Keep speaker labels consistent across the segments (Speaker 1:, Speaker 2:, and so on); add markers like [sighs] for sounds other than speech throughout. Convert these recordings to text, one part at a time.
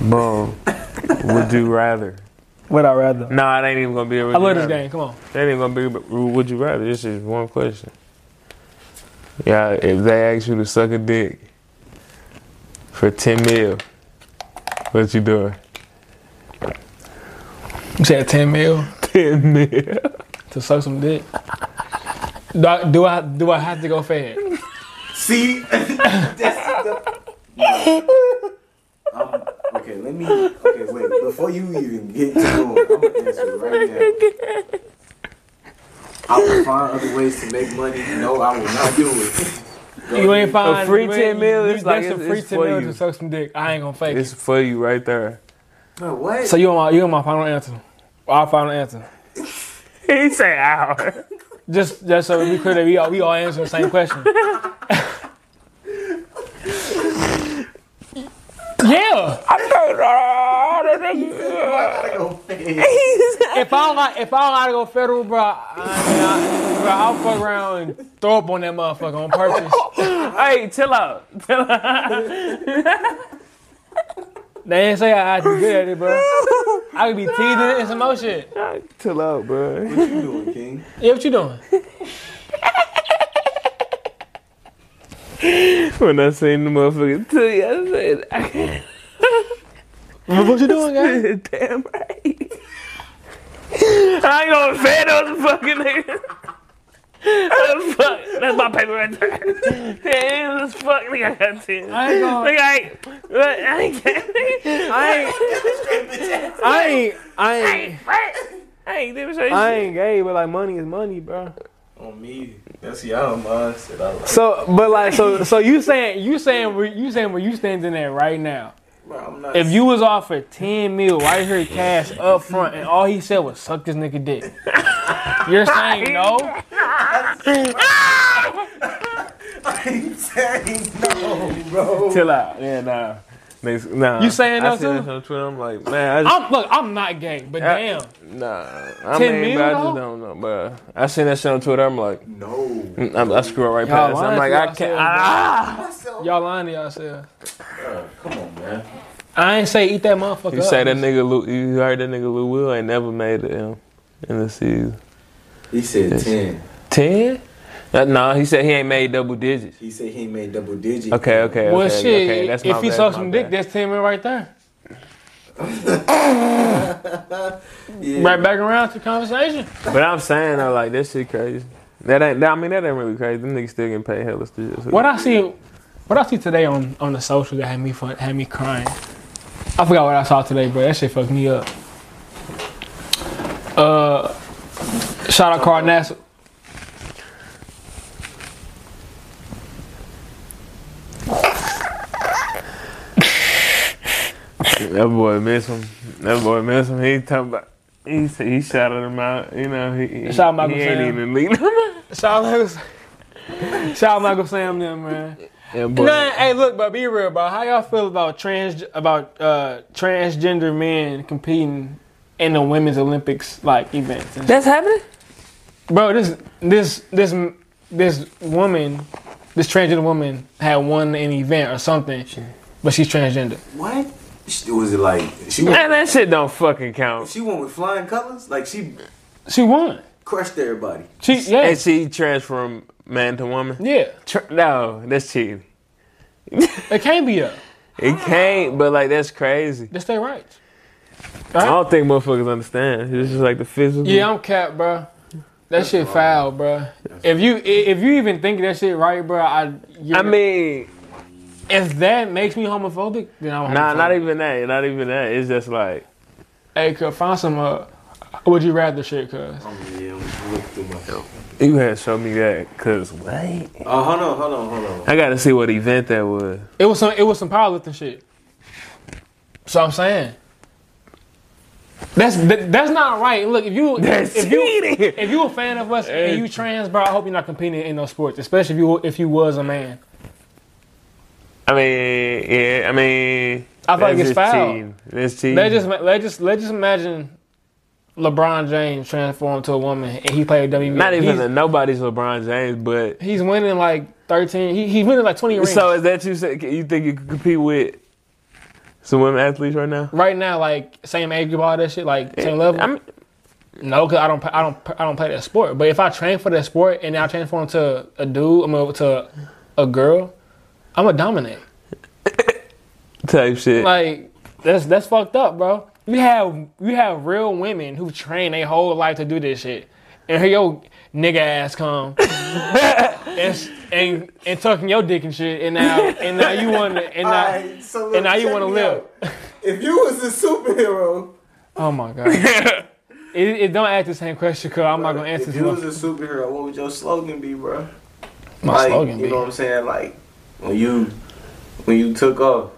Speaker 1: Bro, would you rather?
Speaker 2: Would I rather?
Speaker 1: Nah, it ain't even gonna be a would
Speaker 2: I love
Speaker 1: you
Speaker 2: this
Speaker 1: rather.
Speaker 2: game. Come on.
Speaker 1: It ain't gonna be a would you rather. This is one question. Yeah, if they ask you to suck a dick for 10 mil, what you doing? [laughs]
Speaker 2: You said 10 mil
Speaker 1: 10 mil.
Speaker 2: to suck some dick. Do I do I, do I have to go fed?
Speaker 3: See, that's the. Um, okay, let me. Okay, wait. Before you even get to going, I'm gonna answer it right now. I will find other ways to make money. No, I will not do it. Go
Speaker 2: You ain't
Speaker 3: ahead.
Speaker 2: fine.
Speaker 1: free
Speaker 2: you
Speaker 1: 10
Speaker 2: ain't-
Speaker 1: mil
Speaker 2: you-
Speaker 1: is like,
Speaker 2: that's a
Speaker 1: it's-
Speaker 2: free
Speaker 1: it's
Speaker 2: 10
Speaker 1: for
Speaker 2: mil
Speaker 1: you.
Speaker 2: to suck some dick. I ain't gonna fake
Speaker 1: It's
Speaker 2: it.
Speaker 1: for you right there.
Speaker 3: No, what?
Speaker 2: So you on my you on my final answer? Our final answer.
Speaker 1: He say out.
Speaker 2: Just just so we clear that we all we all answer the same [laughs] question. yeah.
Speaker 3: I gotta go
Speaker 2: [laughs]
Speaker 3: fast.
Speaker 2: If I don't like if I don't like to go federal, bro, I mean, I, bro, I'll fuck around and throw up on that motherfucker on purpose.
Speaker 1: [laughs] hey, chill out. Chill out.
Speaker 2: [laughs] They ain't say I, I do good at it, bro. I could be teasing and some more shit.
Speaker 1: chill out, bro.
Speaker 3: What you doing, King?
Speaker 2: Yeah, what you doing?
Speaker 1: When I seen the motherfucker tell you, I said, I
Speaker 2: [laughs] What you doing, guy?
Speaker 1: said, [laughs] damn right. I ain't gonna fed those fucking [laughs] niggas. Oh, fuck. That's my paper right there. [laughs] Hey, this fuck nigga I got ten.
Speaker 2: [laughs] I ain't gonna-
Speaker 1: Nigga, I ain't. I ain't. I
Speaker 2: I ain't I ain't
Speaker 1: ain't. What? I ain't doing shit.
Speaker 2: I ain't gay, but like money is money, bro.
Speaker 3: On me. That's y'all mindset. I like.
Speaker 2: So, but
Speaker 1: [laughs]
Speaker 2: like, so, so you saying you saying where you saying where you standing at right now?
Speaker 3: Bro, I'm not.
Speaker 2: If you was offered ten mil right here cash up front, and all he said was suck this nigga dick, you're saying no?
Speaker 3: ain't [laughs] saying no, bro.
Speaker 1: Chill out. Yeah, nah. Next, nah.
Speaker 2: You saying
Speaker 1: I
Speaker 2: no,
Speaker 1: seen
Speaker 2: too?
Speaker 1: this on Twitter. I'm like, man, I just,
Speaker 2: I'm look, I'm not gay, but
Speaker 1: Yeah.
Speaker 2: damn,
Speaker 1: nah. I
Speaker 2: 10
Speaker 1: mean,
Speaker 2: mil,
Speaker 1: but I just
Speaker 2: though?
Speaker 1: don't know, bro. I seen that shit on Twitter. I'm like,
Speaker 3: No.
Speaker 1: mm, I, I scroll right
Speaker 2: Y'all
Speaker 1: past. it. I'm like,
Speaker 2: lying to
Speaker 1: I can't.
Speaker 2: yourselves,
Speaker 1: Ah!
Speaker 3: Myself.
Speaker 2: y'all lying to yourself.
Speaker 3: Bro, come on, man.
Speaker 2: I ain't say eat that motherfucker.
Speaker 1: You
Speaker 2: up.
Speaker 1: say that nigga, Lou, you heard that nigga Lou Will ain't never made it um, in the season.
Speaker 3: He said
Speaker 1: Yes.
Speaker 3: ten.
Speaker 1: Ten? Uh, nah, he said he ain't made double digits.
Speaker 3: He said he ain't made double digits.
Speaker 1: Okay, okay,
Speaker 2: Well,
Speaker 1: okay,
Speaker 2: shit,
Speaker 1: okay. That's my
Speaker 2: if he
Speaker 1: bad,
Speaker 2: suck
Speaker 1: my
Speaker 2: some dick,
Speaker 1: bad.
Speaker 2: that's ten mil right there.
Speaker 3: Yeah.
Speaker 2: Right back around to the conversation.
Speaker 1: But I'm saying though, like this shit crazy. That ain't. I mean, that ain't really crazy. Them niggas still getting paid hella still.
Speaker 2: What I see, what I see today on on the social that had me fun, had me crying. I forgot what I saw today, bro. That shit fucked me up. Uh, shout out Carl Nassib.
Speaker 1: That boy miss him. That boy miss him. He talking about. He said he shouted him out. You know he. he-
Speaker 2: Shout out Michael
Speaker 1: He ain't
Speaker 2: Sam.
Speaker 1: even leading.
Speaker 2: [laughs] Shout out, shout out Michael Sam, them man.
Speaker 1: that boy.
Speaker 2: Nah, hey, look, bro, be real, bro. How y'all feel about trans about uh transgender men competing in the women's Olympics like events? and
Speaker 1: That's happening.
Speaker 2: bro this this this this woman this transgender woman had won an event or something but she's transgender
Speaker 3: What? She, was it like she
Speaker 1: Man,
Speaker 3: went,
Speaker 1: that shit don't fucking count.
Speaker 3: she went with flying colors? Like she
Speaker 2: she won
Speaker 3: crushed everybody.
Speaker 2: she yeah
Speaker 1: And she transformed man to woman.
Speaker 2: yeah
Speaker 1: Tr- no, that's cheating.
Speaker 2: it can't be up
Speaker 1: It can't. But like that's crazy.
Speaker 2: that's their rights
Speaker 1: I don't think motherfuckers understand. It's just like the physical.
Speaker 2: yeah i'm capped bro that shit foul bro if you i- if you even think that shit right bro i you're,
Speaker 1: I mean,
Speaker 2: if that makes me homophobic then i'm homophobic.
Speaker 1: nah, not even that. Not even that. It's just like.
Speaker 2: hey cuz find some uh would you rather shit cuz
Speaker 3: Um, yeah, I'm looking through my phone.
Speaker 1: You had to show me that, cause what?
Speaker 3: Oh, hold on, hold on, hold on.
Speaker 1: I gotta see what event that was. [laughs]
Speaker 2: it was some it was some powerlifting shit so i'm saying that's that, that's not right. Look, if you
Speaker 1: [laughs] That's
Speaker 2: if you
Speaker 1: cheating.
Speaker 2: if you a fan of us and you trans, bro, I hope you're not competing in those sports, especially if you if you was a man.
Speaker 1: I mean, yeah, I mean,
Speaker 2: I feel like
Speaker 1: that's
Speaker 2: it's
Speaker 1: just
Speaker 2: foul.
Speaker 1: cheating. That's cheating.
Speaker 2: Let just let just let just imagine LeBron James transformed to a woman and he played WWE.
Speaker 1: not even
Speaker 2: he's,
Speaker 1: a nobody's LeBron James, but
Speaker 2: he's winning like thirteen. He he's winning like twenty rings.
Speaker 1: so is that you? Say, you think you could compete with Some women athletes right now.
Speaker 2: Right now, like same age group, all that shit, like same level.
Speaker 1: I'm,
Speaker 2: No, cause I don't, I don't, I don't play that sport. But if I train for that sport and I transform to a dude, I'm mean, to a girl, I'm a dominant.
Speaker 1: type shit.
Speaker 2: Like that's that's fucked up, bro. You have you have real women who train their whole life to do this shit, and here your nigga ass
Speaker 4: [laughs]
Speaker 2: come and s- and and tucking your dick and shit, and now and now you want to and now
Speaker 4: Alright, so look,
Speaker 2: and now you
Speaker 4: check
Speaker 2: want to
Speaker 4: me
Speaker 2: live.
Speaker 4: out. If you was a superhero,
Speaker 2: Oh my
Speaker 4: [laughs]
Speaker 2: god. it, it don't ask the same question, cause I'm not gonna answer
Speaker 4: If
Speaker 2: too
Speaker 4: you was
Speaker 2: much.
Speaker 4: a superhero, what would your slogan be, bro?
Speaker 2: My
Speaker 4: like,
Speaker 2: slogan,
Speaker 4: you
Speaker 2: be.
Speaker 4: know what I'm saying? Like when you when you took off,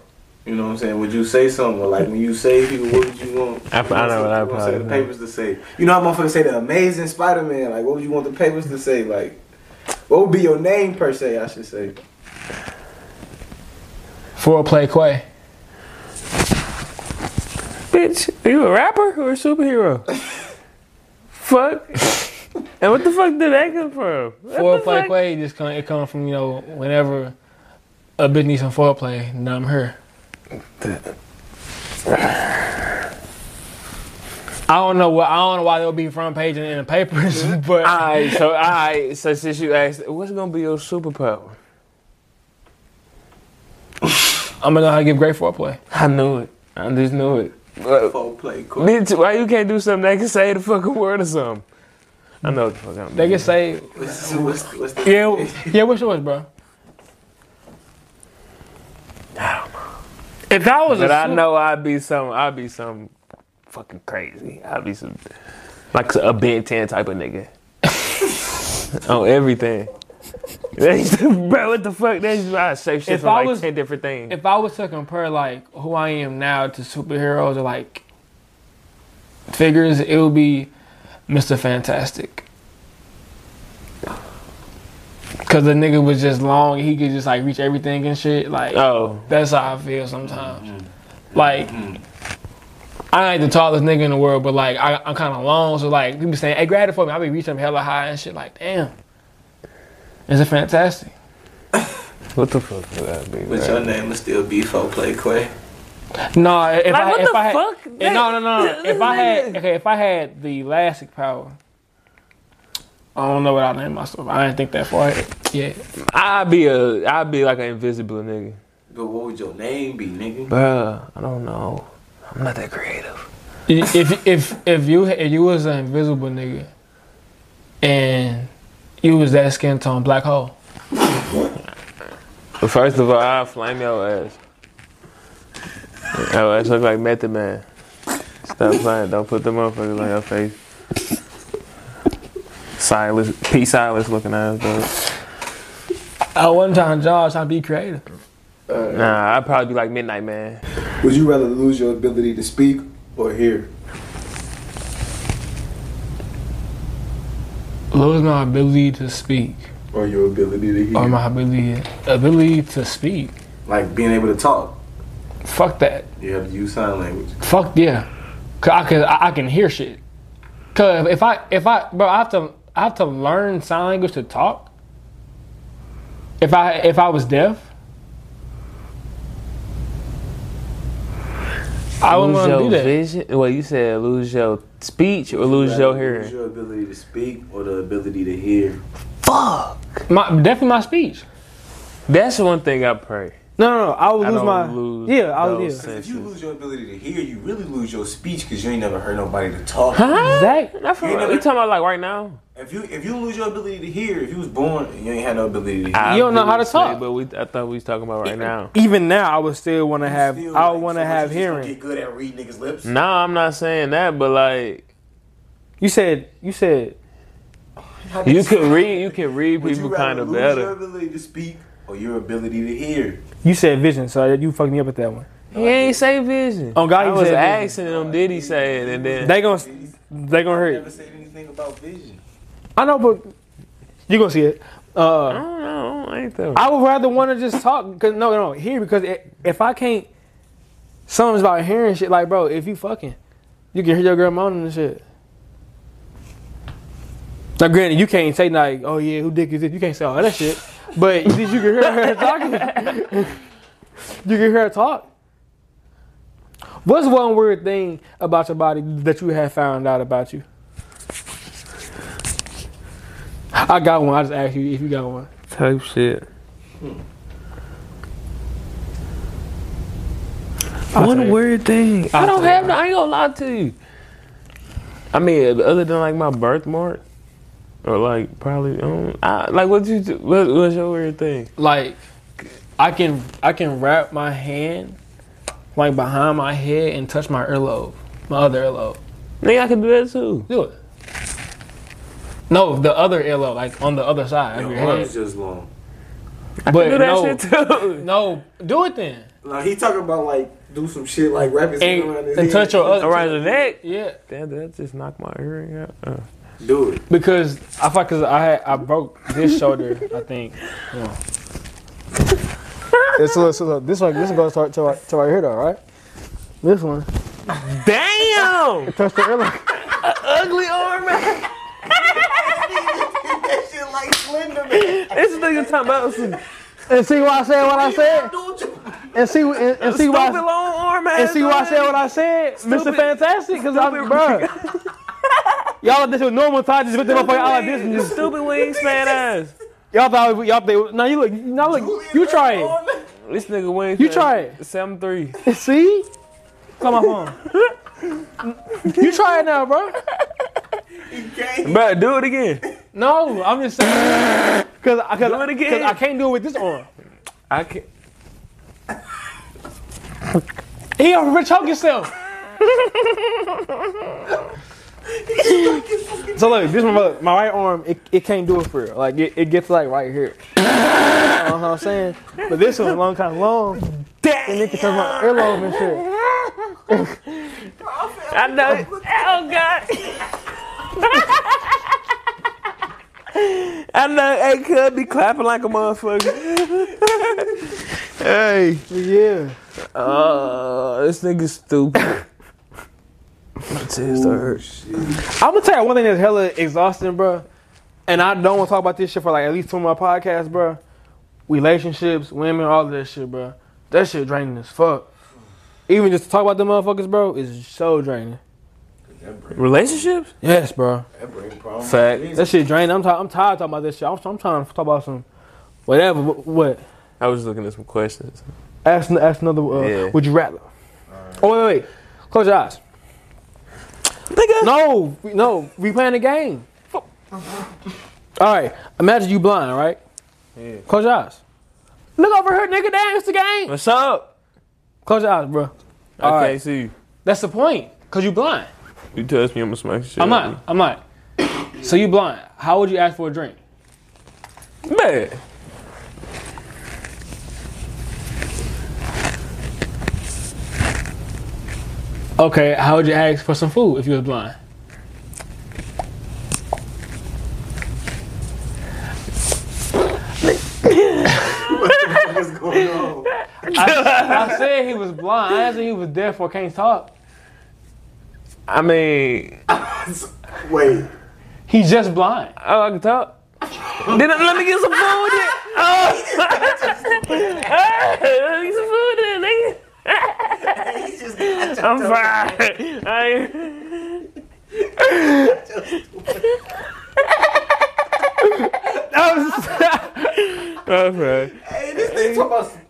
Speaker 4: you know what I'm saying? Would you say something? Or, Like when you say people, what would you want?
Speaker 1: I- I know what I
Speaker 4: you want to say
Speaker 1: probably
Speaker 4: the
Speaker 1: would.
Speaker 4: papers to say. You know how motherfuckers say the amazing Spider Man, like what would you want the papers to say? Like what would be your name per se, I should say.
Speaker 2: Four play Quay.
Speaker 1: Bitch, are you a rapper or a
Speaker 2: [laughs]
Speaker 1: superhero? fuck. And what the fuck did that come from? What the
Speaker 2: Foreplay
Speaker 1: fuck?
Speaker 2: play just come it come from you know whenever a bitch needs some foreplay, now I'm her. I don't know what I don't know why they'll be front page in, in the papers, [laughs] but
Speaker 1: Alright, so alright, so since you asked, what's gonna be your superpower?
Speaker 2: I'm gonna know how to give great foreplay.
Speaker 1: I knew it. I just knew it. But,
Speaker 4: Full play quick.
Speaker 1: bitch, why you can't do something that can say the fucking word or something? I know what the fuck I'm
Speaker 2: They can say,
Speaker 4: What's, what's, what's the
Speaker 2: [laughs] yeah, w- yeah, what's yours, bro? If I was
Speaker 1: But
Speaker 2: a
Speaker 1: I
Speaker 2: sup-
Speaker 1: know I'd be some, I'd be some fucking crazy. I'd be some, like a Ben 10 type of nigga.
Speaker 2: [laughs]
Speaker 1: On everything. That's- Bro, what the fuck? That's why I say shit
Speaker 2: If
Speaker 1: from
Speaker 2: I
Speaker 1: like
Speaker 2: was-
Speaker 1: 10 different things.
Speaker 2: if I was to compare like who I am now to superheroes or like figures, it would be Mr. Fantastic. Cause the nigga was just long, he could just like reach everything and shit. Like
Speaker 1: oh,
Speaker 2: that's how I feel sometimes. Like I ain't the tallest nigga in the world, but like I, I'm kind of long, so like people saying, "Hey, grab it for me." I be reaching hella high and shit. Like damn, is it fantastic?
Speaker 1: what the fuck would that be?
Speaker 4: but
Speaker 1: bro?
Speaker 4: your name would still be full play quick.
Speaker 2: No, if
Speaker 1: Like,
Speaker 2: I
Speaker 1: what
Speaker 2: if
Speaker 1: the
Speaker 2: I had,
Speaker 1: fuck?
Speaker 2: Yeah, no, no, no.
Speaker 1: This
Speaker 2: If I had
Speaker 1: nigga-
Speaker 2: okay, if I had the elastic power, I don't know what I name myself. I didn't think that far yet.
Speaker 1: I'd be a, I'd be like an invisible nigga.
Speaker 4: But what would your name be, nigga?
Speaker 1: Bro, I don't know. I'm not that creative.
Speaker 2: If if if you if you was an invisible nigga, and you was that skin tone black hole,
Speaker 1: But first of all, I'll flame your ass. Your ass look like Method Man. Stop playing. Don't put the motherfuckers on your face. Silas, P. Silas looking ass, though.
Speaker 2: I wasn't trying to judge. Trying to be creative.
Speaker 1: Nah, I'd probably be like Midnight Man.
Speaker 4: Would you rather lose your ability to speak or hear?
Speaker 2: Lose my ability to speak
Speaker 4: Or your ability to hear?
Speaker 2: or Oh my ability ability to speak.
Speaker 4: like being able to talk.
Speaker 2: Fuck that.
Speaker 4: You have to use sign language.
Speaker 2: Fuck yeah, cause I can I I can hear shit. Cause if I if I bro I have to I have to learn sign language to talk. If I if I was deaf, I
Speaker 1: lose
Speaker 2: wouldn't want to
Speaker 1: your
Speaker 2: do that.
Speaker 1: vision. Well, you said lose your speech or lose your
Speaker 4: Lose
Speaker 1: hearing.
Speaker 4: your ability to speak or the ability to hear.
Speaker 1: Fuck.
Speaker 2: My definitely my speech.
Speaker 1: That's the one thing I pray.
Speaker 5: No, no, no. I would
Speaker 1: I
Speaker 5: lose
Speaker 1: don't
Speaker 5: my.
Speaker 1: lose
Speaker 5: yeah, I would.
Speaker 1: those
Speaker 5: Yeah.
Speaker 4: If
Speaker 1: senses.
Speaker 4: you lose your ability to hear, you really lose your speech because you ain't never heard nobody to talk.
Speaker 1: Exactly. That's what
Speaker 4: You
Speaker 1: we
Speaker 4: never-
Speaker 1: talking about, like right now.
Speaker 4: If you if you lose your ability to hear, if you was born and you ain't had no ability to hear,
Speaker 1: I
Speaker 2: You don't know
Speaker 1: do
Speaker 2: how to
Speaker 1: say,
Speaker 2: talk.
Speaker 1: But we, I thought we was talking about right now.
Speaker 5: Even now, I would still want to have.
Speaker 4: still,
Speaker 5: I
Speaker 4: like,
Speaker 5: would want
Speaker 4: so
Speaker 5: to
Speaker 4: much
Speaker 5: have
Speaker 4: you just gonna
Speaker 5: hearing.
Speaker 4: Get good at reading niggas' lips.
Speaker 1: No, I'm not saying that, but like
Speaker 5: You said. You said.
Speaker 1: you can read, you can read
Speaker 4: Would you
Speaker 1: people
Speaker 4: rather
Speaker 1: kind of
Speaker 4: lose Your
Speaker 1: better.
Speaker 4: ability to speak or your ability to hear.
Speaker 5: You said vision. So you fucked me up with that one.
Speaker 1: He ain't say vision.
Speaker 5: Oh, God,
Speaker 1: I
Speaker 5: he
Speaker 1: was
Speaker 5: said vision.
Speaker 1: asking him, did he say it? And then
Speaker 5: They gonna. They gonna hurt.
Speaker 4: Never said anything about vision.
Speaker 5: I know, but you gonna see it.
Speaker 1: I
Speaker 5: Uh,
Speaker 1: don't know, I ain't though.
Speaker 5: I would rather want to just talk. Cause no, no, here because i if I can't, something's about hearing shit. Like, bro, if you fucking, you can hear your girl moaning and shit. Now, granted, you can't say like, oh yeah, who dick is this? You can't say all that shit. [laughs] But you can hear her talking. you can hear her talk.
Speaker 2: What's one weird thing about your body that you have found out about you? I got one. I just asked you if you got one.
Speaker 1: Type shit.
Speaker 4: Hmm.
Speaker 2: tell
Speaker 1: One
Speaker 2: you.
Speaker 1: weird thing. I
Speaker 2: tell
Speaker 1: don't
Speaker 2: you.
Speaker 1: have. no- I ain't gonna lie to you. I mean, other than like my birthmark, or like probably, I don't, I, like what you, do- what, what's your weird thing?
Speaker 6: like I can I can wrap my hand like behind my head and touch my earlobe, my other earlobe.
Speaker 1: Nigga, I can do that too.
Speaker 6: Do it. No, the other earlobe, like on the other side of
Speaker 4: Your
Speaker 6: your
Speaker 4: arm's
Speaker 6: head.
Speaker 4: just long.
Speaker 1: I
Speaker 6: But
Speaker 1: can do that
Speaker 6: no.
Speaker 1: shit too. [laughs]
Speaker 6: No, do it then.
Speaker 4: Like he talking about like do some shit like wrap his hand
Speaker 6: And,
Speaker 4: around his
Speaker 6: and
Speaker 4: head.
Speaker 6: touch your other.
Speaker 1: Around the neck.
Speaker 6: Yeah,
Speaker 1: Damn, did that just knock my earring out? Uh,
Speaker 4: Do it. [laughs]
Speaker 6: because I thought because I had, I broke this shoulder. I think.
Speaker 2: [laughs]
Speaker 6: Yeah.
Speaker 2: This one, this one, this one, this one goes to, to, right- to right here though, right? This one.
Speaker 1: Damn!
Speaker 2: Touch the earlobe.
Speaker 1: [laughs] Ugly arm.
Speaker 4: That shit like Slender Man.
Speaker 1: this nigga talking about some
Speaker 2: And see why I said what I said. And see and, and [laughs] see
Speaker 1: stupid
Speaker 2: why.
Speaker 1: long arm.
Speaker 2: And see why I said what I said, Mr.
Speaker 1: Stupid-
Speaker 2: Fantastic, because I'm, bruh.
Speaker 1: [laughs]
Speaker 2: y'all this was normal time, just put them up on y'all like this and just,
Speaker 1: Stupid
Speaker 2: [laughs]
Speaker 1: wingspan ass.
Speaker 2: y'all thought, we- y'all think, now you look, now look, you try
Speaker 1: This nigga wingspan.
Speaker 2: You try it.
Speaker 1: Seven three. [laughs]
Speaker 2: it. See?
Speaker 6: Call my phone.
Speaker 2: You try it now, bro.
Speaker 1: Bro, do it again.
Speaker 6: No, I'm just saying.
Speaker 1: [laughs]
Speaker 2: Cause, I- cause,
Speaker 1: Do it again.
Speaker 2: 'cause I can't do it with this arm.
Speaker 1: I can't.
Speaker 6: He over choke yourself.
Speaker 2: So look, this one, look, my right arm, it, it can't do it for real. Like it, it gets like right here. you know what I'm saying? But this one's a long time long.
Speaker 1: Damn.
Speaker 2: It can touch my earlobe and shit.
Speaker 1: I know. it. Oh God. I know A could be clapping like a motherfucker. hey.
Speaker 2: But yeah.
Speaker 1: Uh, this nigga stupid.
Speaker 2: [laughs]
Speaker 1: My tits hurt.
Speaker 2: I'm gonna tell you one thing that's hella exhausting, bro. And I don't want to talk about this shit for like at least two more podcasts, bro. Relationships, women, all of that shit, bro. That shit draining as fuck. Even just to talk about them motherfuckers, bro, is so draining.
Speaker 4: That brain,
Speaker 1: Relationships?
Speaker 2: Yes, bro.
Speaker 4: that brain problem.
Speaker 1: Fact.
Speaker 2: That shit draining. I'm, ti- I'm tired of talking about this shit. I'm, I'm trying to talk about some whatever. wh- What?
Speaker 1: I was looking at some questions.
Speaker 2: Ask, ask another. Uh,
Speaker 1: Yeah.
Speaker 2: Would you rather? Oh wait, wait, wait. Close your eyes.
Speaker 1: Nigga.
Speaker 2: No, we- no. We playing a game. All right. Imagine you blind, right? Close your eyes. Look over here, nigga. That ain't the game.
Speaker 1: What's up?
Speaker 2: Close your eyes, bro.
Speaker 1: I can't
Speaker 2: right.
Speaker 1: see you.
Speaker 6: That's the point. Cause you blind.
Speaker 1: You touch me, I'm gonna smack the shit.
Speaker 6: I'm not. I'm not. So you blind. How would you ask for a drink?
Speaker 1: Man.
Speaker 6: Okay, how would you ask for some food if you was blind?
Speaker 4: What's going on?
Speaker 6: I said he was blind. I said he was deaf or can't talk.
Speaker 1: I mean,
Speaker 4: Wait.
Speaker 6: He's just blind.
Speaker 1: oh, I can talk. then uh, let me get some food. Then. Oh. [laughs] hey, let me get some food then, nigga.
Speaker 4: He just got your
Speaker 1: I'm
Speaker 4: toe.
Speaker 1: fine. I, I'm fine.
Speaker 4: Hey, this thing talking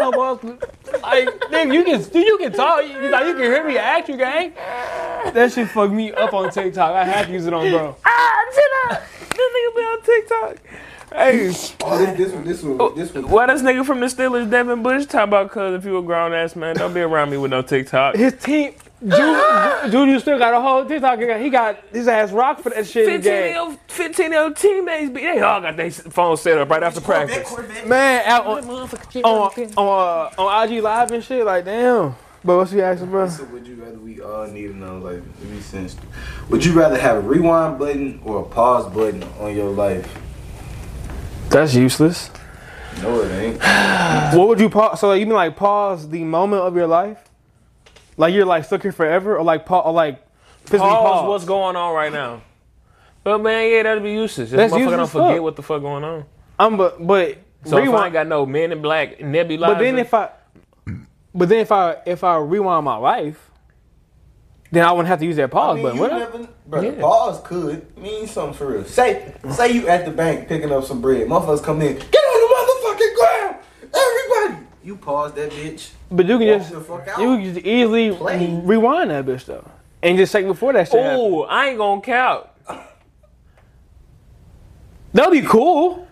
Speaker 4: about
Speaker 6: Like, nigga, you can you can talk. You, like, you can hear me act, you gang. That shit fucked me up on TikTok. I have to use it on bro.
Speaker 1: Ah, chill out. This nigga be on TikTok. Hey,
Speaker 4: oh, this, this one, this one, this one.
Speaker 1: why this nigga from the Steelers, Devin Bush, talking about cuz if you a grown ass man, don't be around me with no [laughs] TikTok.
Speaker 2: His team, Ju- Ju- Juju still got a whole TikTok. account. He got his ass rocked for that shit in the
Speaker 1: 15 of
Speaker 2: game.
Speaker 1: your, 15 of your teammates, be, they all got their phone set up right after
Speaker 4: Oh, That
Speaker 1: practice.
Speaker 4: Corvette.
Speaker 2: Man, out on
Speaker 1: Oh,
Speaker 2: on on, uh, on IG live and shit. Like damn. But what's he asking, bro?
Speaker 4: So would you rather we all need to know, like, to be sensitive? Would you rather have a rewind button or a pause button on your life?
Speaker 2: That's useless.
Speaker 4: No, it ain't.
Speaker 2: What would you pause? So like, you mean like pause the moment of your life, like you're like stuck here forever, or like pause, or like physically
Speaker 1: Pause,
Speaker 2: pause?
Speaker 1: what's going on right now. But man, yeah, that'd be useless. This
Speaker 2: That's
Speaker 1: motherfucker
Speaker 2: useless
Speaker 1: don't
Speaker 2: as
Speaker 1: forget
Speaker 2: fuck.
Speaker 1: what the fuck going on.
Speaker 2: I'm but but
Speaker 1: So if I ain't
Speaker 2: rewind.
Speaker 1: got no Men in Black, Nebula.
Speaker 2: But then if I But then if I if I rewind my life, then I wouldn't have to use that
Speaker 4: I
Speaker 2: pause
Speaker 4: mean,
Speaker 2: button.
Speaker 4: you
Speaker 2: Would I?
Speaker 4: never, bro,
Speaker 1: Yeah.
Speaker 4: pause could mean something for real. Say, say you at the bank picking up some bread. Motherfuckers come in, get on the motherfucking ground, everybody. You pause that bitch.
Speaker 2: But you can
Speaker 4: Walk
Speaker 2: just
Speaker 4: the fuck out.
Speaker 2: you can just easily
Speaker 4: Play.
Speaker 2: rewind that bitch though, and just take before that shit. happened.
Speaker 1: Ooh, I ain't gonna count.
Speaker 2: That'd be cool.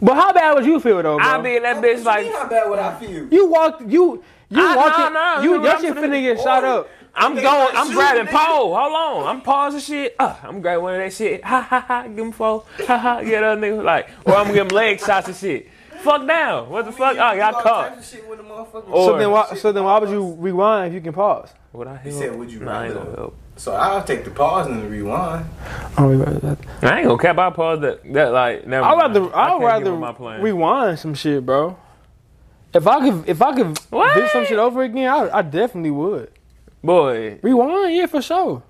Speaker 2: But how bad would you feel though, bro?
Speaker 1: I be in that bitch
Speaker 4: Like,
Speaker 1: like,
Speaker 4: how bad would I feel?
Speaker 2: you walked you you
Speaker 1: I-
Speaker 2: walked
Speaker 1: nah,
Speaker 2: it-
Speaker 1: nah,
Speaker 2: you
Speaker 1: remember
Speaker 2: your
Speaker 1: I'm
Speaker 2: shit
Speaker 1: finna-
Speaker 2: finna get shot up.
Speaker 1: I'm
Speaker 4: Nigga,
Speaker 1: going,
Speaker 4: like,
Speaker 1: I'm
Speaker 4: shoot,
Speaker 1: grabbing
Speaker 4: nigga.
Speaker 1: pole. Hold on, I'm pausing shit. Uh, I'm grabbing one of that shit. Ha ha ha, give him four. Ha ha, get other nigga like, or I'm giving leg shots and shit. Fuck down. What the fuck? Oh, y'all caught.
Speaker 2: So
Speaker 1: Or-
Speaker 2: then why so then why would you rewind if you can pause?
Speaker 1: Would I help?
Speaker 4: said, would you
Speaker 1: nah, I ain't
Speaker 4: rather?
Speaker 1: gonna help.
Speaker 4: So I'll take the pause and
Speaker 1: [laughs]
Speaker 4: the rewind.
Speaker 2: I don't regret that.
Speaker 1: I ain't gonna cap. I pause that. That like, never
Speaker 2: I'd
Speaker 1: mind.
Speaker 2: rather
Speaker 1: I
Speaker 2: I'd
Speaker 1: can't give
Speaker 2: rather
Speaker 1: up my plan.
Speaker 2: rewind some shit, bro. If I could if I could
Speaker 1: What?
Speaker 2: do some shit over again, I, I definitely would.
Speaker 1: Boy,
Speaker 2: Rewind, yeah, for sure.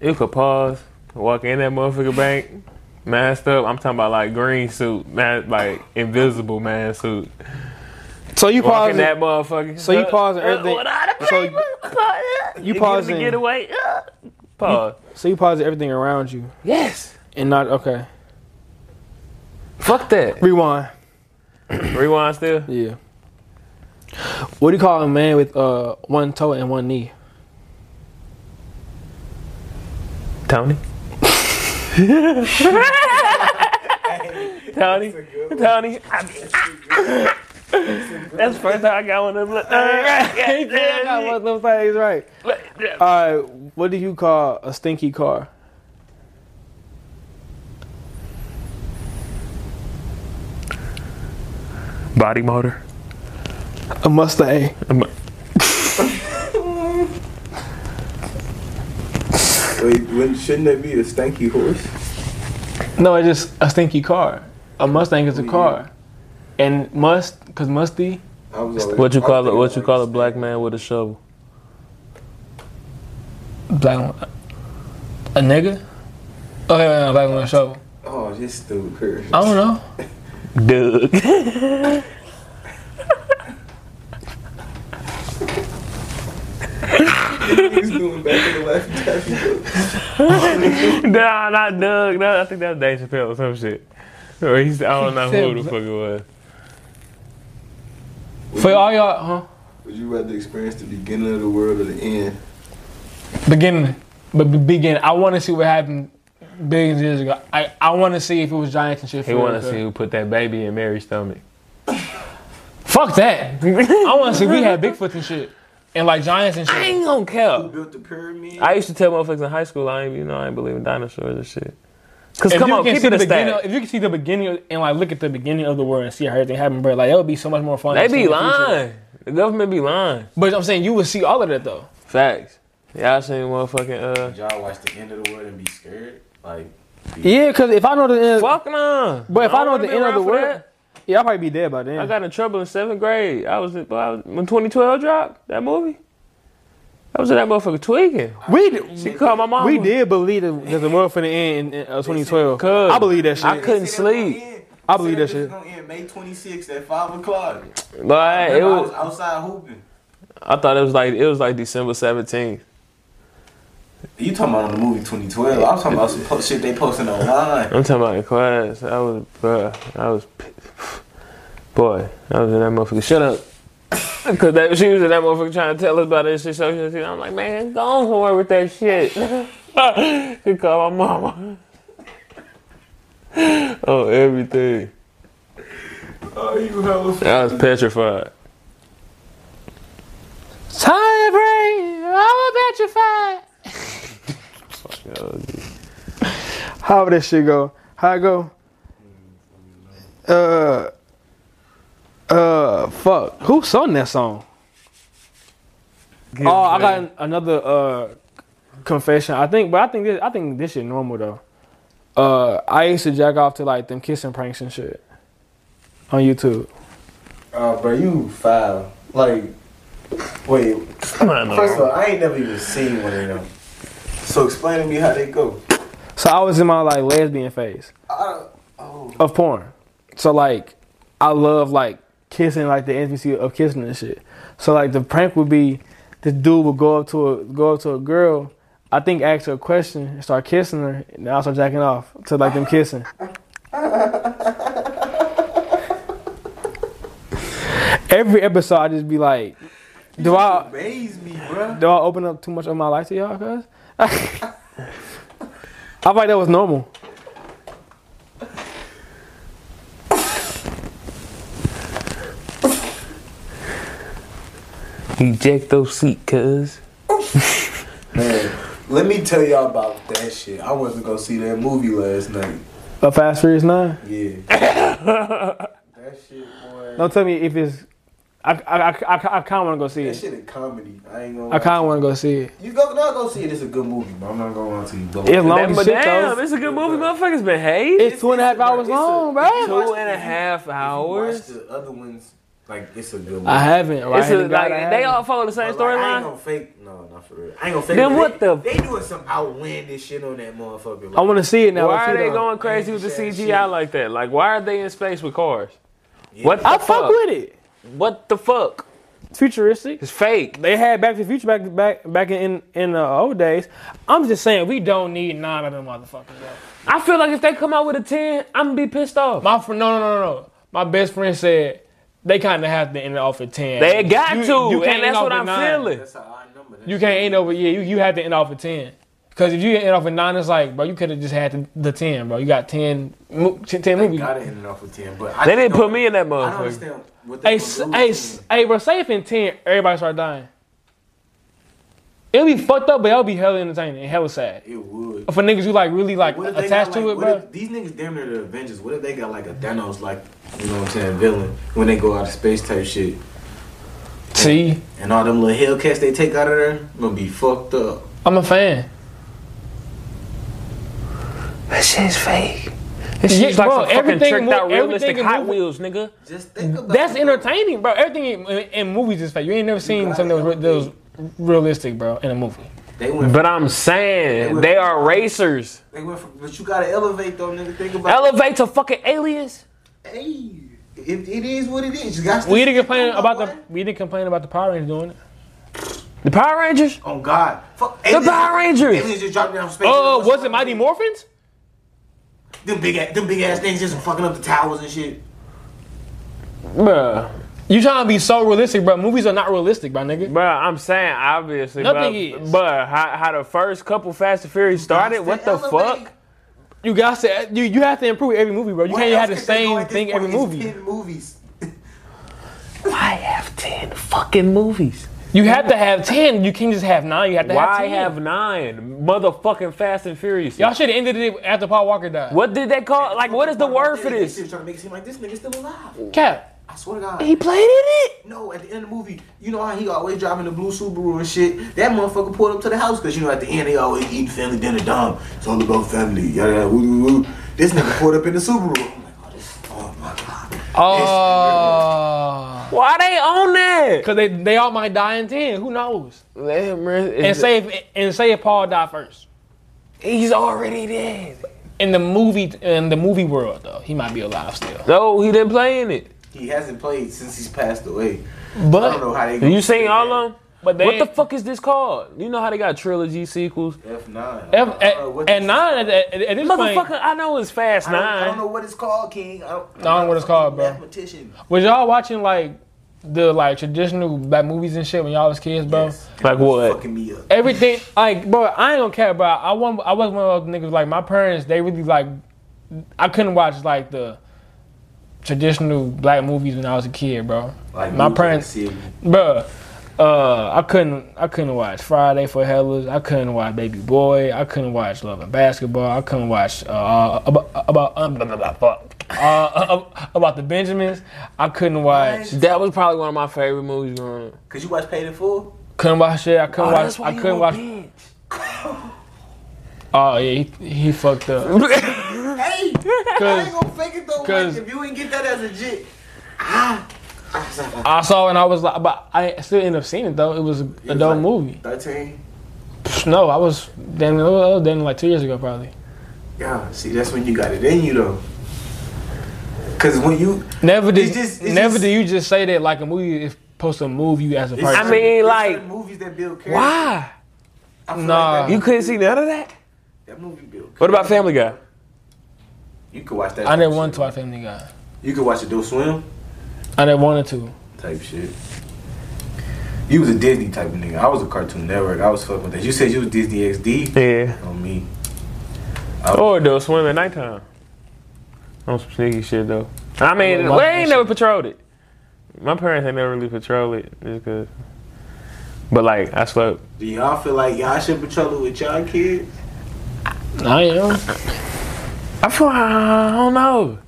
Speaker 1: you could pause, walk in that motherfucker bank, masked up. I'm talking about like green suit, man, like invisible man suit.
Speaker 2: So you
Speaker 1: Walk
Speaker 2: pause
Speaker 1: in that Uh, motherfucker.
Speaker 2: so you pausing everything-
Speaker 1: Without a
Speaker 2: so
Speaker 1: paper. Pause.
Speaker 2: you
Speaker 1: Get
Speaker 2: pausing-
Speaker 1: the getaway. Uh, Pause.
Speaker 2: so you pause everything around you
Speaker 1: Yes.
Speaker 2: and not okay.
Speaker 1: Fuck that.
Speaker 2: Rewind.
Speaker 1: Rewind still.
Speaker 2: Yeah. What do you call a man with uh one toe and one knee?
Speaker 1: Tony. Tony. Tony. I mean, ah! That's the first time I got one of them. Look, [laughs]
Speaker 2: Yeah, I got one left side, he's right.
Speaker 1: look, look.
Speaker 2: All right, what do you call a stinky car?
Speaker 1: Body motor.
Speaker 2: A Mustang.
Speaker 4: Wait, when, shouldn't that be a stanky horse?
Speaker 2: No, it's just a stinky car. A Mustang is a car, and must because musty.
Speaker 4: I was always-
Speaker 1: What you
Speaker 4: I
Speaker 1: call it?
Speaker 4: think
Speaker 1: What you
Speaker 4: I
Speaker 1: call a
Speaker 4: was
Speaker 1: black man with a shovel?
Speaker 2: Black one. A nigga. Okay, wait, wait, black one shovel.
Speaker 4: Oh, just stupid curve. [laughs]
Speaker 2: I don't know.
Speaker 1: Doug.
Speaker 4: He was doing back in the left.
Speaker 1: nah, not Doug. No, I think that was Dave Chappelle or some shit. Or he's, I don't know who the
Speaker 2: [laughs] Said-
Speaker 1: fuck it was.
Speaker 2: For all y'all,
Speaker 4: Would you rather experience the beginning of the world or the end?
Speaker 2: huh? Beginning.
Speaker 7: But be- begin. I want to see what happened billions of years ago. I, I want to see if it was giants and shit.
Speaker 1: He
Speaker 7: for
Speaker 1: want
Speaker 7: real,
Speaker 1: to
Speaker 7: for
Speaker 1: see
Speaker 7: real.
Speaker 1: who put that baby in Mary's [laughs] stomach.
Speaker 7: Fuck that. I want to see if we had Bigfoot and shit, and like giants and
Speaker 1: I
Speaker 7: shit.
Speaker 1: ain't gonna
Speaker 4: Who
Speaker 1: care.
Speaker 4: built the pyramid?
Speaker 1: I used to tell motherfuckers in high school, I ain't, you know, I ain't believe in dinosaurs and shit. Cause
Speaker 7: If
Speaker 1: come
Speaker 7: you
Speaker 1: on,
Speaker 7: can
Speaker 1: keep
Speaker 7: see
Speaker 1: it a
Speaker 7: the beginning,
Speaker 1: stack.
Speaker 7: If you can see the beginning of- and like look at the beginning of the world and see how everything happened, bro, like that would be so much more fun.
Speaker 1: They
Speaker 7: to see
Speaker 1: be
Speaker 7: in the future.
Speaker 1: lying. The government be lying.
Speaker 7: But I'm saying you would see all of that though.
Speaker 1: Facts. Y'all seen motherfucking uh?
Speaker 4: Did y'all watch the end of the world and be scared? Like,
Speaker 2: Yeah, because if I know the end,
Speaker 1: Fuck nah.
Speaker 2: But if I know
Speaker 1: would've
Speaker 2: the
Speaker 1: been
Speaker 2: end of
Speaker 1: around
Speaker 2: the
Speaker 1: for
Speaker 2: world-
Speaker 1: that.
Speaker 2: yeah, I'll probably be dead by then.
Speaker 1: I got in trouble in seventh grade. I was, in- I was when 2012 dropped that movie. I was in that motherfucker tweaking.
Speaker 2: we
Speaker 1: She
Speaker 2: d-
Speaker 1: called my mom.
Speaker 2: we did believe that there's a world for the end in, in uh, 2012.
Speaker 1: Cuz.
Speaker 2: I believe that shit.
Speaker 1: I couldn't sleep.
Speaker 2: I believe that shit.
Speaker 4: It's gonna end May 26th at 5 o'clock.
Speaker 1: But it
Speaker 4: Remember, I was
Speaker 1: was,
Speaker 4: outside hooping.
Speaker 1: I thought it was like it was like December 17th.
Speaker 4: You talking about on the movie 2012? I was talking about some po- shit they posting online.
Speaker 1: I'm talking about in class. I was, bruh, I was, p- [sighs] boy, I was in that motherfucker. Shut up. [laughs] Cause that, she was in that motherfucker trying to tell us about this shit. So she- I'm like, man, go on somewhere with that shit. [laughs] she called my mama. [laughs] oh, everything.
Speaker 4: [laughs] Oh, you hella f-
Speaker 1: I was petrified.
Speaker 7: Time rain, I'm petrified.
Speaker 2: How would that shit go? How it go? Uh, uh, fuck. Who sung that song? Oh, I got an- another uh confession. I think, but I think this, I think this shit normal though. Uh, I used to jack off to like them kissing pranks and shit on YouTube.
Speaker 4: Oh, bro, you foul. Like, wait. First of all, I ain't never even seen one of them. So explain to me how they go.
Speaker 2: So I was in my like lesbian phase
Speaker 4: I, oh,
Speaker 2: of porn. So like, I love like
Speaker 8: kissing like the intimacy of kissing and shit. So like the prank would be this dude would go up to a go up to a girl, I think ask her a question and start kissing her, and I'll start jacking off to like them kissing. Every episode I just be like, do I
Speaker 4: Amaze me, bro.
Speaker 8: do I open up too much of my life to y'all cuz? [laughs] I thought that was normal.
Speaker 1: Eject those seat, cuz.
Speaker 4: Man, let me tell y'all about that shit. I wasn't gonna see that movie last night.
Speaker 8: A Fast Furious 9? [laughs]
Speaker 4: Yeah. that shit, boy.
Speaker 8: Don't tell me if it's I I I, I, I kind of want to go see
Speaker 4: That
Speaker 8: it.
Speaker 4: shit a comedy. I ain't gonna.
Speaker 8: I kind of want to go see it.
Speaker 4: You go now. Go see it. It's a good movie, but I'm not gonna lie to you. But
Speaker 8: It's long
Speaker 1: That-
Speaker 8: as
Speaker 1: but
Speaker 8: shit
Speaker 1: damn,
Speaker 8: though.
Speaker 1: it's a good movie. Motherfuckers been hating.
Speaker 8: It's two and a half hours long, bro.
Speaker 1: Two and a half
Speaker 4: Watch
Speaker 1: hours.
Speaker 4: the other ones. Like it's a good movie.
Speaker 8: I haven't. Right?
Speaker 1: It's a, like they all follow the same
Speaker 4: But, like, I ain't
Speaker 1: storyline.
Speaker 4: gonna fake. No, not for real. I ain't gonna fake.
Speaker 1: Then
Speaker 4: it.
Speaker 1: what
Speaker 4: They-
Speaker 1: the-
Speaker 4: They doing some outlandish shit on that motherfucker. Like,
Speaker 8: I want to see it now.
Speaker 1: Why
Speaker 8: too,
Speaker 1: are they
Speaker 8: though.
Speaker 1: going crazy with the CGI like that? Like, why are they in space with cars?
Speaker 4: Yeah.
Speaker 1: What the
Speaker 8: I
Speaker 1: fuck?
Speaker 8: fuck with it.
Speaker 1: What the fuck?
Speaker 8: It's futuristic.
Speaker 1: It's fake.
Speaker 8: They had Back to the Future back back back in in the old days.
Speaker 2: I'm just saying, we don't need nine of them motherfuckers, bro.
Speaker 1: I feel like if they come out with a ten, I'm gonna be pissed off.
Speaker 2: My fr- no, no, no, no, no. My best friend said they kind of have to end it off at ten.
Speaker 1: They got
Speaker 2: You-
Speaker 1: to,
Speaker 2: you can't
Speaker 1: and
Speaker 2: end
Speaker 1: that's
Speaker 2: off
Speaker 1: what
Speaker 2: at
Speaker 1: I'm
Speaker 2: nine.
Speaker 1: feeling.
Speaker 4: That's an odd number. That's
Speaker 2: You can't end over. Yeah, you, you have to end off at ten. Because if you end off at nine, it's like, bro, you could have just had the, the ten, bro. You got 10, mo- 10, 10 movies.
Speaker 4: gotta end it off with ten. But I
Speaker 1: They didn't
Speaker 4: don't-
Speaker 1: put me in that
Speaker 4: I don't
Speaker 1: motherfucker.
Speaker 4: understand what
Speaker 2: Hey,
Speaker 4: they
Speaker 2: s-
Speaker 4: gonna do
Speaker 2: hey,
Speaker 4: with
Speaker 2: s-
Speaker 4: it.
Speaker 2: hey, bro, say if in 10, everybody start dying. It'll be fucked up, but it'll be hella entertaining and hella sad.
Speaker 4: It would.
Speaker 2: For niggas who like really like
Speaker 4: What if they
Speaker 2: attached to
Speaker 4: got, like,
Speaker 2: it,
Speaker 4: what
Speaker 2: bro.
Speaker 4: if- these niggas damn near the Avengers. What if they got like a Thanos, like you know what I'm saying, villain when they go out of space type shit,
Speaker 2: See,
Speaker 4: and all them little Hellcats they take out of there gonna be fucked up.
Speaker 2: I'm a fan.
Speaker 1: That shit's fake. This
Speaker 2: Yeah,
Speaker 1: shit's like
Speaker 2: bro,
Speaker 1: some fucking
Speaker 2: everything
Speaker 1: tricked
Speaker 2: mo-
Speaker 1: out realistic
Speaker 2: everything in
Speaker 1: Hot
Speaker 2: movie-
Speaker 1: Wheels, nigga.
Speaker 4: Just think about
Speaker 2: That's
Speaker 4: it.
Speaker 2: entertaining, bro. Everything in, in movies is fake. You ain't never seen something that was, re- that was realistic, bro, in a movie.
Speaker 4: They went.
Speaker 1: But I'm saying they are racers.
Speaker 4: They went from, but you gotta elevate though, nigga. Think about
Speaker 1: Elevate to fucking aliens.
Speaker 4: Hey, it, it is what it is. You got
Speaker 2: We didn't complain about the we didn't complain about the Power Rangers doing it.
Speaker 1: The Power Rangers.
Speaker 4: Oh God, fuck
Speaker 1: The
Speaker 4: aliens-
Speaker 1: Power Rangers.
Speaker 4: Aliens just dropped down from space.
Speaker 2: Oh,
Speaker 4: What's
Speaker 2: was it
Speaker 4: wrong?
Speaker 2: Mighty Morphins?
Speaker 4: Them big, ass, them big ass things just fucking up the towers and shit.
Speaker 1: Bruh.
Speaker 2: You trying to be so realistic, bro? Movies are not realistic, bro, nigga.
Speaker 1: Bruh, I'm saying obviously.
Speaker 2: Nothing
Speaker 1: bruh,
Speaker 2: is.
Speaker 1: But how, how the first couple Fast and Furious started? What the
Speaker 4: Elevate.
Speaker 1: fuck?
Speaker 2: You got to you you have to improve every movie, bro. You
Speaker 4: What
Speaker 2: can't
Speaker 4: else
Speaker 2: have the
Speaker 4: could they go
Speaker 2: same
Speaker 4: at this
Speaker 2: thing
Speaker 4: point?
Speaker 2: every
Speaker 4: It's
Speaker 2: movie.
Speaker 4: Ten movies.
Speaker 1: Why have ten fucking movies?
Speaker 2: You have to have ten. You can't just have nine. You have to have
Speaker 1: Why
Speaker 2: ten.
Speaker 1: have nine motherfucking Fast and Furious?
Speaker 2: Y'all should have ended it after Paul Walker died.
Speaker 1: What did they call? Like, what is the word for
Speaker 4: They
Speaker 1: this? [laughs]
Speaker 4: shit Trying to make it seem like this nigga's still alive.
Speaker 2: Cap?
Speaker 4: I swear to God.
Speaker 1: played in it.
Speaker 4: No, at the end of the movie, you know how he always driving the blue Subaru and shit. That motherfucker pulled up to the house because you know at the end they always eating family dinner. Dumb. It's all about family. Yada yada. Woo, woo, woo. This nigga pulled up in the Subaru. I'm like, oh, this, oh my god.
Speaker 2: Oh,
Speaker 1: Why they on that?
Speaker 2: because they they all might die in ten. Who knows? And say if and say if Paul died first
Speaker 1: he's already dead.
Speaker 2: in the movie in the movie world though, he might be alive still.
Speaker 1: No, he didn't play in it.
Speaker 4: He hasn't played since he's passed away. I don't
Speaker 2: But
Speaker 4: know how they.
Speaker 1: You seen all of them?
Speaker 2: but they,
Speaker 1: What the fuck is this called? You know how they got trilogy sequels?
Speaker 4: F nine.
Speaker 2: F, at, at nine at, at, at this point,
Speaker 1: Motherfucker, I know it's Fast
Speaker 4: I don't, I don't
Speaker 1: Nine.
Speaker 4: know what it's called, King. I don't, I
Speaker 2: don't know what it's called, bro.
Speaker 4: Mathematician.
Speaker 2: was y'all watching like the like traditional black movies and shit when y'all was kids, bro?
Speaker 4: Yes.
Speaker 1: Like what?
Speaker 4: Fucking me up.
Speaker 2: everything like bro i ain't gonna care bro i want i was one of those niggas like my parents they really like i couldn't watch like the traditional black movies when i was a kid bro
Speaker 4: Like
Speaker 2: my
Speaker 4: you can
Speaker 2: parents
Speaker 4: see it.
Speaker 2: bro uh i couldn't i couldn't watch friday for hellers i couldn't watch baby boy i couldn't watch love and basketball i couldn't watch uh about about um, blah, blah, blah, fuck. uh, about the benjamins i couldn't watch
Speaker 1: That was probably one of my favorite movies growing up.
Speaker 4: Cause you watch Paid in Full.
Speaker 2: couldn't watch shit i couldn't
Speaker 1: Oh,
Speaker 2: watch i couldn't watch oh yeah he, he fucked up
Speaker 4: Hey, I ain't gonna fake it though.
Speaker 2: cause-
Speaker 4: Like, if you ain't get that as a jit.
Speaker 2: I saw it and I was like, but I still ended up seeing it though. It was a dope
Speaker 4: like-
Speaker 2: movie.
Speaker 4: Thirteen.
Speaker 2: Psh, No, I was damn, near- oh, damn near like two years ago probably.
Speaker 4: Yeah, see, that's when you got it in you though. Cause when you
Speaker 9: Never did.
Speaker 4: It's just- it's
Speaker 9: never
Speaker 4: just-
Speaker 9: do you just say that like a movie is supposed to move you as a person.
Speaker 1: I mean,
Speaker 4: It's
Speaker 1: like,
Speaker 4: movies that build character.
Speaker 1: Why?
Speaker 4: I feel
Speaker 9: Nah.
Speaker 4: like that,
Speaker 1: You couldn't see none of that?
Speaker 4: that movie build.
Speaker 1: What about Family Guy?
Speaker 4: You could watch that.
Speaker 9: I
Speaker 4: type
Speaker 9: never wanted
Speaker 4: shit.
Speaker 9: to watch Family Guy.
Speaker 4: You could watch Adult Swim
Speaker 9: I never wanted to.
Speaker 4: type shit. You was a Disney type of nigga. I was a Cartoon Network. I was fucking with that. You said you was Disney XD.
Speaker 1: Yeah.
Speaker 4: On me.
Speaker 1: Or they'll swim at nighttime. On some sneaky shit though. I mean,
Speaker 9: I
Speaker 1: we
Speaker 9: love
Speaker 1: ain't
Speaker 9: that
Speaker 1: never patrolled it. My parents ain't never really patrolled it, just 'cause- But like, I slept.
Speaker 4: Do y'all feel like y'all should be trouble with y'all kids?
Speaker 9: I am.
Speaker 1: I feel I don't know.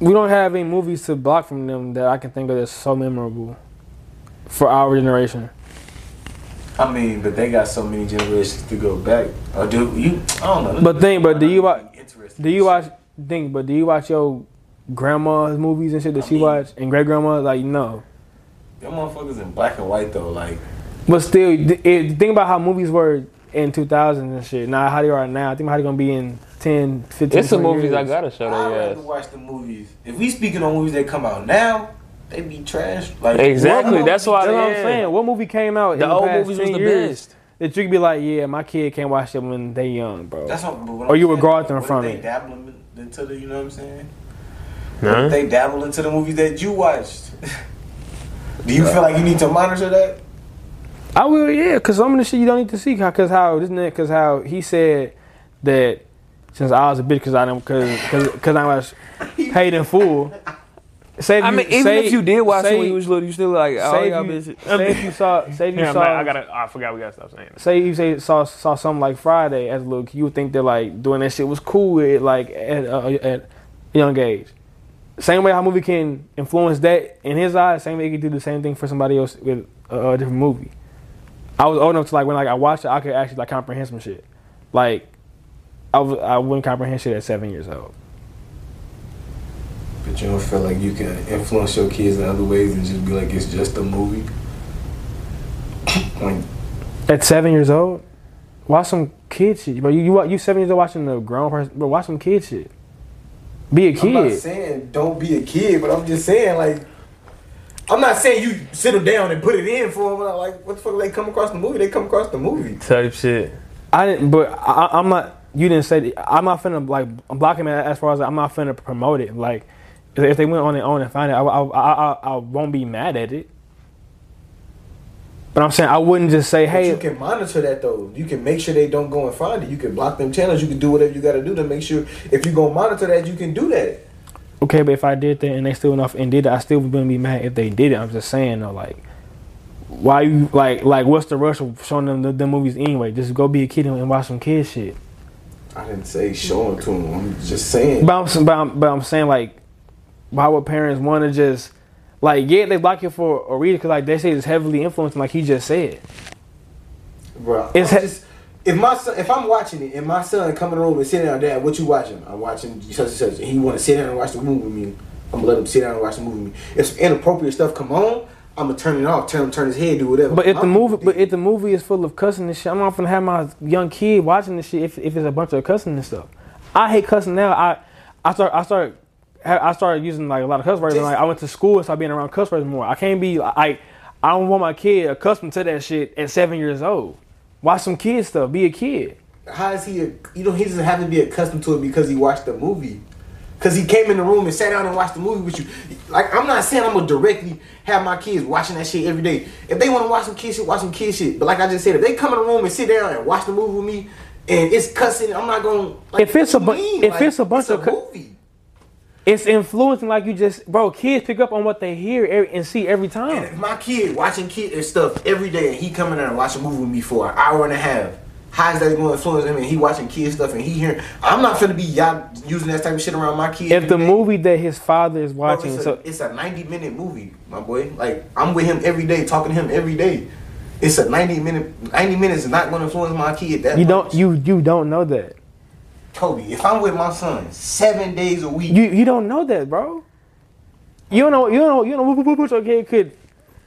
Speaker 2: We don't have any movies to block from them that I can think of that's so memorable for our generation.
Speaker 4: I mean, but they got so many generations to go back. Oh, do you? I don't know.
Speaker 2: But think, but do you wa-
Speaker 4: Interesting.
Speaker 2: Do you watch think? But do you watch your grandma's movies and shit that
Speaker 4: I
Speaker 2: she
Speaker 4: mean-
Speaker 2: watched and great grandma? Like no,
Speaker 4: Them motherfuckers in black and white though. Like
Speaker 2: but still, th- it, think about how movies were in 2000 and shit. Now how they are now. Think about how they gonna be in 10, 15.
Speaker 1: It's some
Speaker 2: 20
Speaker 1: movies
Speaker 2: years.
Speaker 1: I gotta show
Speaker 4: I'd
Speaker 1: their
Speaker 4: rather
Speaker 1: Oh, ass.
Speaker 4: watch the movies. If we speaking on movies that come out now, they be trash. Like
Speaker 1: Exactly.
Speaker 4: what-
Speaker 1: That's why
Speaker 2: That's what I'm
Speaker 1: yeah.
Speaker 2: saying. What movie came out?
Speaker 1: The
Speaker 2: in the
Speaker 1: old
Speaker 2: past
Speaker 1: movies was
Speaker 2: 10
Speaker 1: the
Speaker 2: years
Speaker 1: best.
Speaker 2: That you could be like, yeah, my kid can't watch them when they young, bro.
Speaker 4: That's what, but what
Speaker 2: Or
Speaker 4: I'm
Speaker 2: Oh, you
Speaker 4: saying,
Speaker 2: regard them
Speaker 4: what if
Speaker 2: from
Speaker 4: they
Speaker 2: it.
Speaker 4: dabble in- into the, you know what I'm saying? What
Speaker 1: Huh?
Speaker 4: if They dabble into the movies that you watched. [laughs] Do you feel like you need to monitor that?
Speaker 2: I will, yeah, cause some of the shit you don't need to see, cause how this nigga, cause how he said that since I was a bitch, cause I didn't, cause cause, cause I was paid in full. Say if
Speaker 1: I
Speaker 2: you-
Speaker 1: mean, even
Speaker 2: say-
Speaker 1: if you did watch
Speaker 2: say-
Speaker 1: it when you was little, you still like, oh,
Speaker 2: say,
Speaker 1: y'all
Speaker 2: if you,
Speaker 1: bitches.
Speaker 2: [laughs] say if you saw, say if you
Speaker 1: Yeah,
Speaker 2: saw,
Speaker 1: man, I gotta. I forgot we gotta stop saying this.
Speaker 2: say you say saw saw something like Friday as a little, kid, you would think that like doing that shit was cool at like at uh, at a young age. Same way how movie can influence that in his eyes, same way he could do the same thing for somebody else with a, a different movie. I was old enough to like when like I watched it, I could actually like comprehend some shit. Like I was I wouldn't comprehend shit at seven years old.
Speaker 4: But you don't feel like you can influence your kids in other ways and just be like, it's just a movie? like,
Speaker 2: At seven years old, watch some kid shit, bro. You you wa- you seven years old watching a grown person, but watch some kid shit. Be a
Speaker 4: I'm not
Speaker 2: kid.
Speaker 4: saying don't be a kid, but I'm just saying like I'm not saying you sit them down and put it in for them. But I'm like, what the fuck? They come across the movie. They come across the movie.
Speaker 1: Type shit.
Speaker 2: I didn't, but I, I'm not. You didn't say. that- I'm not finna like block him as far as I'm not finna promote it. Like if- if they went on their own and find it, I, I, I, I, I won't be mad at it. But I'm saying I wouldn't just say,
Speaker 4: But you
Speaker 2: hey,
Speaker 4: can monitor that though. You can make sure they don't go and find it. You can block them channels. You can do whatever you got to do to make sure. If you gonna monitor that, you can do that.
Speaker 2: okay, but if I did that and they still enough and did it, I still wouldn't be mad if they did it. I'm just saying though, like. Why you like like what's the rush of showing them the, the movies anyway? Just go be a kid and watch some kid shit.
Speaker 4: I didn't say show them to them. I'm just saying.
Speaker 2: But I'm, but I'm, but I'm saying like, why would parents want to just like yeah they block it for a reason because like they say it's heavily influenced like he just said.
Speaker 4: Bro,
Speaker 2: It's
Speaker 4: I'm
Speaker 2: he-
Speaker 4: just- if my son, if I'm watching it and my son coming over and sitting down, Dad, what you watching? I'm watching such and such, and he want to sit down and watch the movie with me. I'm gonna let him sit down and watch the movie with me. If some inappropriate stuff come on, I'm gonna turn it off, turn him, turn his head, do whatever.
Speaker 2: But if the
Speaker 4: I'm
Speaker 2: movie
Speaker 4: gonna
Speaker 2: but
Speaker 4: do
Speaker 2: if the movie is full of cussing and shit, I'm not gonna have my young kid watching this shit if, if it's a bunch of cussing and stuff. I hate cussing now. I I start I start I started using like a lot of cuss words. and,
Speaker 4: Just-
Speaker 2: like I went to school and started being around cuss words more. I can't be like I don't want my kid accustomed to that shit at seven years old. Watch some kid stuff. Be a kid.
Speaker 4: how is he? A, you know, he doesn't have to be accustomed to it because he watched the movie. Because he came in the room and sat down and watched the movie with you. Like, I'm not saying I'm going to directly have my kids watching that shit every day. If they want to watch some kid shit, watch some kid shit. But like I just said, if they come in the room and sit down and watch the movie with me and it's cussing, I'm not going to. Like,
Speaker 2: If it's
Speaker 4: what
Speaker 2: a
Speaker 4: you
Speaker 2: bu-
Speaker 4: mean?
Speaker 2: if it's a bunch of cu-
Speaker 4: movie.
Speaker 2: It's influencing, like you just, bro. Kids pick up on what they hear every, and see every
Speaker 4: If
Speaker 2: time.
Speaker 4: my kid watching kid and stuff every day and he coming in and watching a movie with me for an hour and a half, how is that going to influence him? And he watching kid stuff and he hearing. I'm not finna be y'all using that type of shit around my kids.
Speaker 2: If the movie that his father is
Speaker 4: Bro,
Speaker 2: watching,
Speaker 4: it's, a,
Speaker 2: so
Speaker 4: it's a 90 minute movie, my boy. Like I'm with him every day, talking to him every day. It's a 90 minute. 90 minutes is not going to influence my kid. That
Speaker 2: you
Speaker 4: much.
Speaker 2: don't, you you don't know that.
Speaker 4: Kobe. If I'm with my son seven days a week,
Speaker 2: You you don't know that, bro. You don't know, you don't know, you don't know what- what what your kid could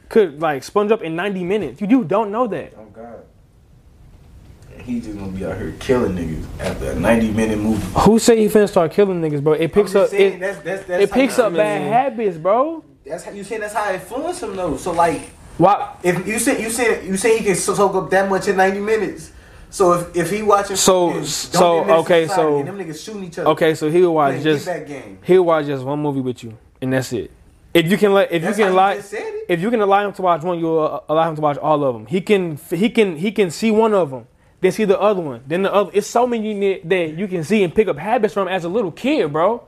Speaker 2: could like sponge up in ninety minutes. You you don't know that.
Speaker 4: oh god, oh He just gonna be out here killing niggas after a 90 minute movie.
Speaker 2: Who say he finna start killing niggas, bro? It picks
Speaker 4: I'm
Speaker 2: up
Speaker 4: just saying,
Speaker 2: it,
Speaker 4: that's, that's, that's
Speaker 2: it
Speaker 4: how
Speaker 2: picks
Speaker 4: you-
Speaker 2: up bad habits, bro.
Speaker 4: That's how you saying that's how I influence him though. So like,
Speaker 2: Why?
Speaker 4: if you said you said you say he can so- soak up that much in 90 minutes. So if if he watching,
Speaker 2: So-
Speaker 4: fucking
Speaker 2: so,
Speaker 4: Don't Give Me to
Speaker 2: okay,
Speaker 4: Society
Speaker 2: so-
Speaker 4: and them niggas shooting each other.
Speaker 2: Okay, so he'll watch
Speaker 4: playing
Speaker 2: just
Speaker 4: get back game.
Speaker 2: he'll watch just one movie with you, and that's it. If you can let if
Speaker 4: That's
Speaker 2: you
Speaker 4: how
Speaker 2: can
Speaker 4: you
Speaker 2: lie
Speaker 4: just said it.
Speaker 2: if you can allow him to watch one, you'll uh, allow him to watch all of them. He can he can he can see one of them, then see the other one, then the other. It's so many you need- that you can see and pick up habits from as a little kid, bro.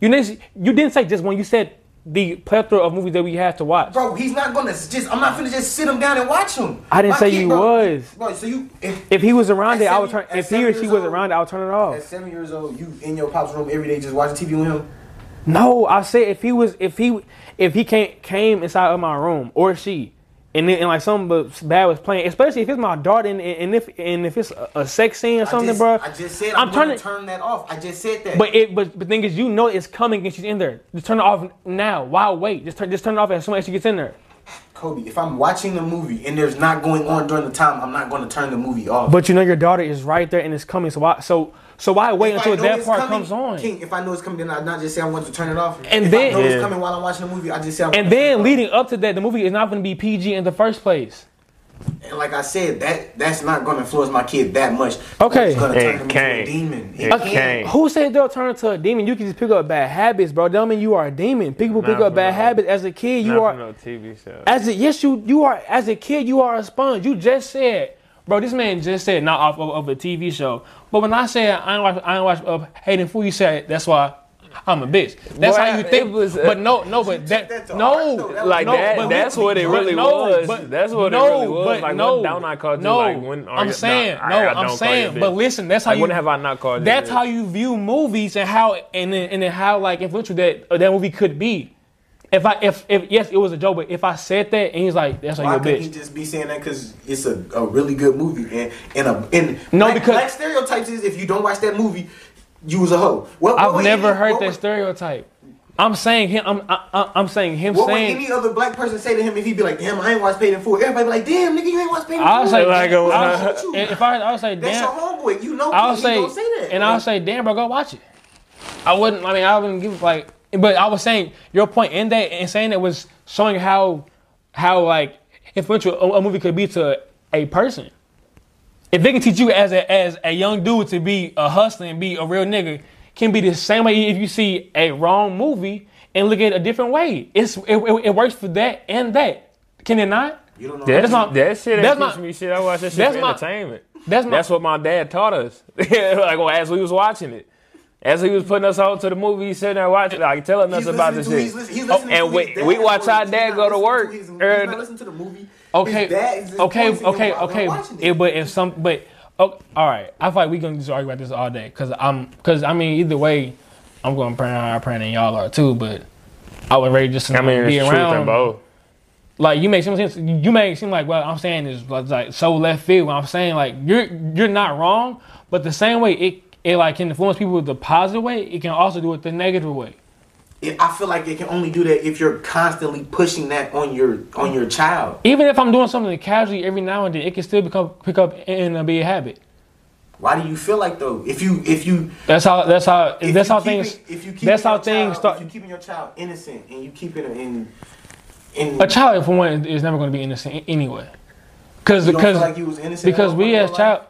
Speaker 2: You didn't you didn't say just one. You said the plethora of movies that we had to watch.
Speaker 4: Bro, he's not gonna just. I'm not gonna just sit him down and watch him.
Speaker 2: I didn't
Speaker 4: My
Speaker 2: say
Speaker 4: kid,
Speaker 2: you
Speaker 4: bro,
Speaker 2: was.
Speaker 4: Bro, so you if,
Speaker 2: If he was around
Speaker 4: At
Speaker 2: it, I would turn.
Speaker 4: seven- at
Speaker 2: If he or
Speaker 4: seven
Speaker 2: she
Speaker 4: years
Speaker 2: was
Speaker 4: old-
Speaker 2: around it, I would turn it off.
Speaker 4: at seven years old you in your pops room every day just watching TV with him.
Speaker 2: No, I said if he was if he if he came came inside of my room or she, and then, and like something was- bad was playing, especially if it's my daughter and, and if and if it's a, a sex scene or something,
Speaker 4: I just,
Speaker 2: bro.
Speaker 4: I just said
Speaker 2: I'm
Speaker 4: I'm, trying
Speaker 2: turning-
Speaker 4: to turn that off. I just said that.
Speaker 2: But it but but thing is, you know it's coming and she's in there. Just turn it off now. Why wait? Just turn just turn it off as soon as she gets in there.
Speaker 4: Kobe, if I'm watching the movie and there's not going on during the time, I'm not going to turn the movie off.
Speaker 2: But you know your daughter is right there and it's coming. So why so so why wait
Speaker 4: If I
Speaker 2: until
Speaker 4: know
Speaker 2: that
Speaker 4: it's
Speaker 2: part
Speaker 4: coming-
Speaker 2: comes on?
Speaker 4: King, if I know it's coming, then I not just say I want to turn it off.
Speaker 2: And
Speaker 4: if
Speaker 2: then-
Speaker 4: I know
Speaker 1: Yeah.
Speaker 4: it's coming while I'm watching the movie, I just say. I
Speaker 2: And then leading up to that, the movie is not going to be PG in the first place.
Speaker 4: and like I said, that that's not going to influence my kid that much.
Speaker 2: Okay.
Speaker 4: it's going to
Speaker 1: It
Speaker 4: turn him into a
Speaker 1: can't.
Speaker 4: demon. He
Speaker 1: It can't.
Speaker 2: Who said they'll turn into a demon? You can just pick up bad habits, bro. That do mean you are a demon. People pick
Speaker 1: Not
Speaker 2: up
Speaker 1: for
Speaker 2: bad
Speaker 1: no-
Speaker 2: habits as a kid. You
Speaker 1: Not
Speaker 2: are
Speaker 1: from no TV show.
Speaker 2: as a yes, you you are as a kid. You are a sponge. You just said, bro. This man just said not off of, of a TV show. But when I said I ain't watch I ain't watch uh, Hayden Fool, you said that's why. I'm a bitch. That's
Speaker 1: Boy,
Speaker 2: how you
Speaker 1: it
Speaker 2: think.
Speaker 1: was, uh,
Speaker 2: but no, no, but that,
Speaker 4: that to heart,
Speaker 2: no,
Speaker 4: though. That
Speaker 1: Like
Speaker 4: No,
Speaker 1: that,
Speaker 4: but
Speaker 1: that's
Speaker 2: listen,
Speaker 1: what it
Speaker 2: but
Speaker 1: really
Speaker 2: no,
Speaker 1: was.
Speaker 2: but
Speaker 1: that's what
Speaker 2: no,
Speaker 1: it really was.
Speaker 2: but
Speaker 1: Like
Speaker 2: no,
Speaker 1: when down I called you,
Speaker 2: no,
Speaker 1: like when are
Speaker 2: I'm
Speaker 1: you,
Speaker 2: saying,
Speaker 1: nah, I-
Speaker 2: no,
Speaker 1: I,
Speaker 2: am
Speaker 1: don't
Speaker 2: saying,
Speaker 1: call you a
Speaker 2: but
Speaker 1: bitch.
Speaker 2: listen, that's how
Speaker 1: Like,
Speaker 2: you.
Speaker 1: when have I not called you? a
Speaker 2: That's
Speaker 1: bitch?
Speaker 2: how you view movies and how and then, and then how like influential that uh, that movie could be. If I if if yes, it was a joke, but if I said that and he's like, that's why
Speaker 4: Why
Speaker 2: you're a
Speaker 4: could he
Speaker 2: bitch.
Speaker 4: just be saying that? Because it's a, a really good movie, and and a and
Speaker 2: No,
Speaker 4: black,
Speaker 2: because-
Speaker 4: black stereotypes is if you don't watch that movie, you was a hoe. What, what
Speaker 2: I've
Speaker 4: would
Speaker 2: never
Speaker 4: any-
Speaker 2: heard
Speaker 4: what
Speaker 2: that
Speaker 4: would-
Speaker 2: stereotype. I'm saying him. I'm I, I- I'm saying him
Speaker 4: What
Speaker 2: saying.
Speaker 4: would any other black person say to him if he be like, "Damn, I ain't watched Paid in Full"? Everybody be like, "Damn, nigga, you ain't watched Paid in Full."
Speaker 2: I'll say
Speaker 1: Like a-
Speaker 2: I'll-
Speaker 4: [laughs] What you-
Speaker 2: if I I would say
Speaker 4: uh, That's
Speaker 2: damn.
Speaker 4: your homeboy. You know,
Speaker 2: I'll
Speaker 4: he
Speaker 2: say,
Speaker 4: gonna say that.
Speaker 2: and I'll say, damn, bro, go watch it. I wouldn't. I mean, I wouldn't give like. But I was saying your point in that and saying that was showing how how like influential a, a movie could be to a person. If they can teach you as a as a young dude to be a hustler and be a real nigga, can be the same way if you see a wrong movie and look at it a different way. It's it, it, it works for that and that. Can it not?
Speaker 4: you don't know.
Speaker 1: That's
Speaker 2: my-
Speaker 1: not that shit.
Speaker 2: that's
Speaker 1: That's
Speaker 2: my-
Speaker 1: not me shit. I watch that shit
Speaker 2: that's
Speaker 1: for
Speaker 2: my-
Speaker 1: entertainment.
Speaker 2: that's my-
Speaker 1: that's what my dad taught us. [laughs] like well, as we was watching it, as he was putting us on to the movie, he sitting there watching, like telling us
Speaker 4: He's
Speaker 1: about this
Speaker 4: listening
Speaker 1: shit. Oh,
Speaker 4: to- he's listen- he's listening
Speaker 1: and
Speaker 4: to
Speaker 1: we-
Speaker 4: his dad's
Speaker 1: we watch our
Speaker 4: voice.
Speaker 1: dad
Speaker 4: He's
Speaker 1: go to
Speaker 4: not
Speaker 1: work,
Speaker 4: listening He's
Speaker 1: er,
Speaker 4: not listening to the movie.
Speaker 2: Okay.
Speaker 4: His dad is just
Speaker 2: okay.
Speaker 4: voicing him
Speaker 2: Okay.
Speaker 4: while they're
Speaker 2: Okay.
Speaker 4: watching it.
Speaker 2: It, but if some, but oh, all right. I feel like we gonna just argue about this all day because I'm, because I mean, either way, I'm gonna print out our print and y'all are too. But I would rather just
Speaker 1: I mean,
Speaker 2: be
Speaker 1: it's truth in
Speaker 2: around.
Speaker 1: both.
Speaker 2: like you make some sense. You make it seem like what I'm saying is like so left field. What I'm saying like you're you're not wrong, but the same way it it like can influence people the positive way, it can also do it the negative way.
Speaker 4: It- I feel like it can only do that if you're constantly pushing that on your on your child.
Speaker 2: Even if I'm doing something casually every now and then, it can still become pick up and uh, be a habit.
Speaker 4: Why do you feel like though? If you if you
Speaker 2: That's how. That's how.
Speaker 4: if
Speaker 2: that's
Speaker 4: you
Speaker 2: how
Speaker 4: keeping-
Speaker 2: things.
Speaker 4: if you keeping
Speaker 2: that's how
Speaker 4: your
Speaker 2: things
Speaker 4: child,
Speaker 2: start.
Speaker 4: If you keeping your child innocent and you keep it in in
Speaker 2: a child, for one, is never going to be innocent a- anyway. Because
Speaker 4: you don't
Speaker 2: because
Speaker 4: feel like you was innocent at
Speaker 2: because
Speaker 4: all
Speaker 2: we
Speaker 4: your
Speaker 2: as
Speaker 4: life?
Speaker 2: child,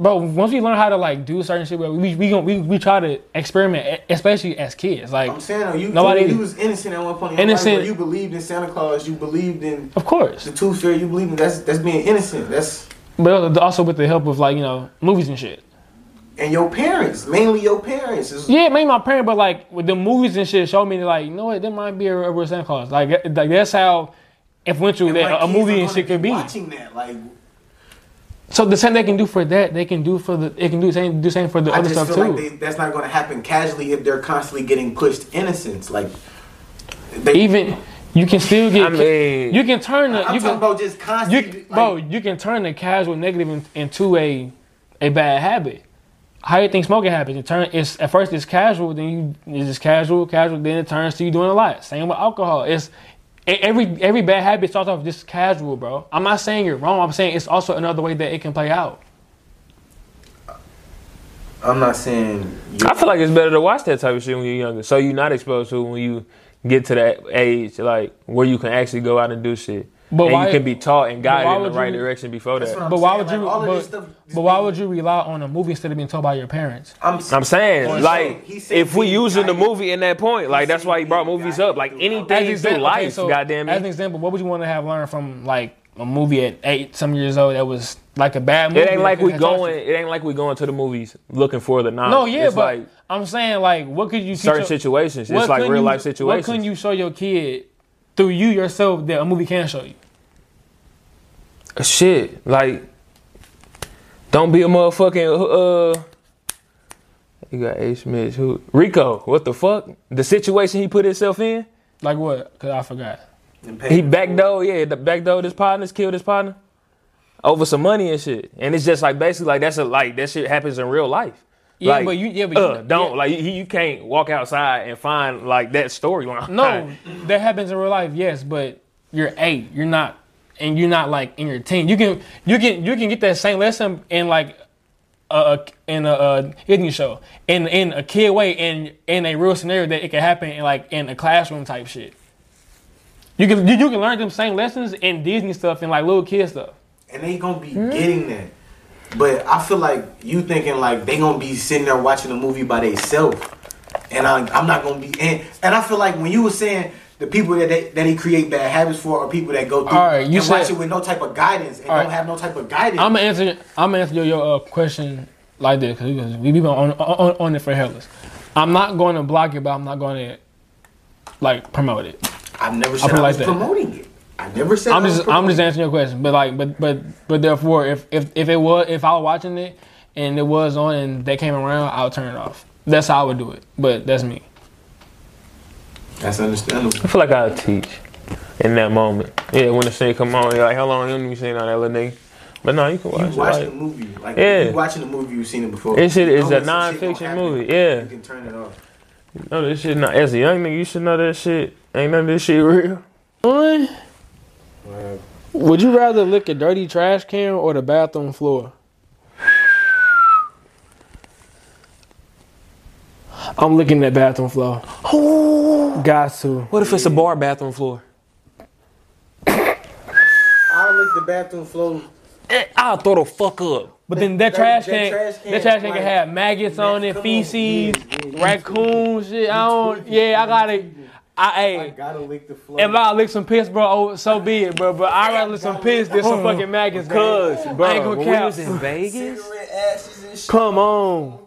Speaker 2: bro, once we learn how to like do certain shit, bro, we we gon- we we try to experiment, e- especially as kids. Like
Speaker 4: I'm saying though, you
Speaker 2: Nobody-
Speaker 4: nobody you was innocent at one point. In your life
Speaker 2: Innocent.
Speaker 4: where you believed in Santa Claus. You believed in
Speaker 2: of course,
Speaker 4: the Tooth Fairy. You believed in that's that's being innocent. That's
Speaker 2: but also with the help of like you know movies and shit.
Speaker 4: and your parents, mainly your parents. It's-
Speaker 2: Yeah, maybe my parent, but like with the movies and shit, showed me like you know what, there might be a, a real Santa Claus. Like that- like that's how influential
Speaker 4: and my
Speaker 2: that a
Speaker 4: kids are
Speaker 2: movie and
Speaker 4: gonna
Speaker 2: shit could be.
Speaker 4: Watching that, like
Speaker 2: So the same they can do for that, they can do for the it can do the same do the same for the
Speaker 4: I
Speaker 2: other
Speaker 4: just feel
Speaker 2: stuff too.
Speaker 4: like they, that's not going to happen casually if they're constantly getting pushed innocence. Like they,
Speaker 2: even you can still get.
Speaker 1: I mean-
Speaker 2: you can turn the
Speaker 4: I'm
Speaker 2: you can,
Speaker 4: talking about just
Speaker 2: you,
Speaker 4: constantly. like,
Speaker 2: bro. You can turn the casual negative in, into a a bad habit. How you think smoking happens? It turn it's at first it's casual, then you it's just casual, casual. Then it turns to you doing a lot. Same with alcohol. It's e- every every bad habit starts off just casual, bro. I'm not saying you're wrong. I'm saying it's also another way that it can play out.
Speaker 4: I'm not saying. You,
Speaker 1: I feel like it's better to watch that type of shit when you're younger, so you're not exposed to it when you get to that age, like where you can actually go out and do shit.
Speaker 2: But
Speaker 1: and
Speaker 2: why-
Speaker 1: you can be taught and
Speaker 2: why
Speaker 1: guided in the
Speaker 2: would
Speaker 1: right
Speaker 2: you-
Speaker 1: direction before
Speaker 4: That's what
Speaker 1: that.
Speaker 4: I'm
Speaker 2: But why
Speaker 4: saying,
Speaker 2: would you?
Speaker 4: like, all of
Speaker 2: but,
Speaker 4: this stuff-
Speaker 2: but why would you rely on a movie instead of being told by your parents?
Speaker 4: I'm,
Speaker 1: I'm saying,
Speaker 4: Well,
Speaker 1: like,
Speaker 4: he said
Speaker 1: if we
Speaker 4: he
Speaker 1: using the
Speaker 4: guided-
Speaker 1: movie in that point, like that's
Speaker 4: said
Speaker 1: why he
Speaker 4: he
Speaker 1: brought movies
Speaker 4: guided
Speaker 1: up. Like
Speaker 4: through life.
Speaker 1: anything
Speaker 2: an
Speaker 1: through
Speaker 2: okay,
Speaker 1: life,
Speaker 2: so
Speaker 1: goddamn
Speaker 2: As an
Speaker 1: it.
Speaker 2: example, what would you want to have learned from like a movie at eight some years old that was like a bad movie?
Speaker 1: It ain't
Speaker 2: that
Speaker 1: like
Speaker 2: could
Speaker 1: we
Speaker 2: have taught you?
Speaker 1: going. It ain't like we going to the movies looking for the knowledge.
Speaker 2: No, yeah,
Speaker 1: It's
Speaker 2: but
Speaker 1: like
Speaker 2: I'm saying like, what could you teach
Speaker 1: certain
Speaker 2: your-
Speaker 1: situations.
Speaker 2: what
Speaker 1: It's like
Speaker 2: couldn't
Speaker 1: real
Speaker 2: you-
Speaker 1: life
Speaker 2: What couldn't
Speaker 1: situations.
Speaker 2: you show your kid through you yourself that a movie can show you?
Speaker 1: Shit, like, don't be a motherfucking uh. You got A. Smith. Who Rico? What the fuck? The situation he put himself in.
Speaker 2: Like what? Cause I forgot.
Speaker 1: He backdoor, yeah, the backdoor his partners, killed his partner over some money and shit. And it's just like basically like that's a like that shit happens in real life.
Speaker 2: Yeah,
Speaker 1: Like,
Speaker 2: but you. Yeah, but
Speaker 1: Uh,
Speaker 2: you,
Speaker 1: don't
Speaker 2: yeah.
Speaker 1: like you, you can't walk outside and find like that storyline. [laughs]
Speaker 2: No, that happens in real life. Yes, but you're eight. You're not, and you're not like in your teen. You can you can you can get that same lesson in like a, a in a, a hidden show in in a kid way in in a real scenario that it can happen in like in a classroom type shit. You can you, you can learn them same lessons in Disney stuff and like little kid stuff.
Speaker 4: and they gonna be getting that. But I feel like you thinking like they gonna be sitting there watching a movie by themselves, and I, I'm not gonna be. And, and I feel like when you were saying the people that they, that he create bad habits for are people that go through
Speaker 2: All right, you
Speaker 4: and watch
Speaker 2: said-
Speaker 4: it with no type of guidance and
Speaker 2: All right.
Speaker 4: don't have no type of guidance.
Speaker 2: I'm gonna answer. I'm gonna answer your, your uh, question like this because we been on, on on it for hellas. I'm not going to block it, but I'm not going to like promote it.
Speaker 4: I've never said
Speaker 2: put it
Speaker 4: I
Speaker 2: like
Speaker 4: was
Speaker 2: that.
Speaker 4: promoting it. I never said
Speaker 2: I'm
Speaker 4: I
Speaker 2: just
Speaker 4: was
Speaker 2: I'm just answering your question, but like but but but therefore if if if it was if I was watching it and it was on and they came around, I'll turn it off. That's how I would do it. But that's me.
Speaker 4: That's understandable.
Speaker 1: I feel like I'll teach in that moment. Yeah, when the shit come on, you're like, how long you been seeing on that little nigga? But no, you can watch
Speaker 4: You
Speaker 1: it.
Speaker 4: watch
Speaker 1: like-
Speaker 4: the movie, like
Speaker 1: Yeah.
Speaker 4: you watching the movie, you've seen it before.
Speaker 1: This shit
Speaker 4: You
Speaker 1: is
Speaker 4: know
Speaker 1: a
Speaker 4: when some shit gonna
Speaker 1: non-fiction
Speaker 4: happen,
Speaker 1: movie, yeah.
Speaker 4: you can turn it off.
Speaker 1: no, this shit not. As a young nigga, you should know that shit. Ain't none of this shit real.
Speaker 8: One. Would you rather lick a dirty trash can or the bathroom floor? I'm licking that bathroom floor. Got to.
Speaker 1: What if it's a bar bathroom floor?
Speaker 4: I lick the bathroom floor.
Speaker 1: I'll throw the fuck up.
Speaker 2: But then that
Speaker 4: That-
Speaker 2: trash
Speaker 4: that
Speaker 2: can
Speaker 4: trash
Speaker 2: that
Speaker 4: can,
Speaker 2: trash can can
Speaker 4: like,
Speaker 2: have maggots on it,
Speaker 4: come on.
Speaker 2: feces,
Speaker 4: Yeah, yeah,
Speaker 2: raccoon shit. I don't. Yeah, I gotta. I
Speaker 4: I
Speaker 2: hey.
Speaker 4: gotta lick the floor.
Speaker 2: If I lick some piss, bro, oh, so be it, bro. But I rather lick some piss than some fucking maggots, bro.
Speaker 1: Cuz,
Speaker 2: I ain't
Speaker 1: bro,
Speaker 2: gonna
Speaker 1: when
Speaker 2: Um,
Speaker 1: we was
Speaker 2: count. [laughs]
Speaker 1: in Vegas,
Speaker 4: cigarette ashes and shit.
Speaker 8: Come on.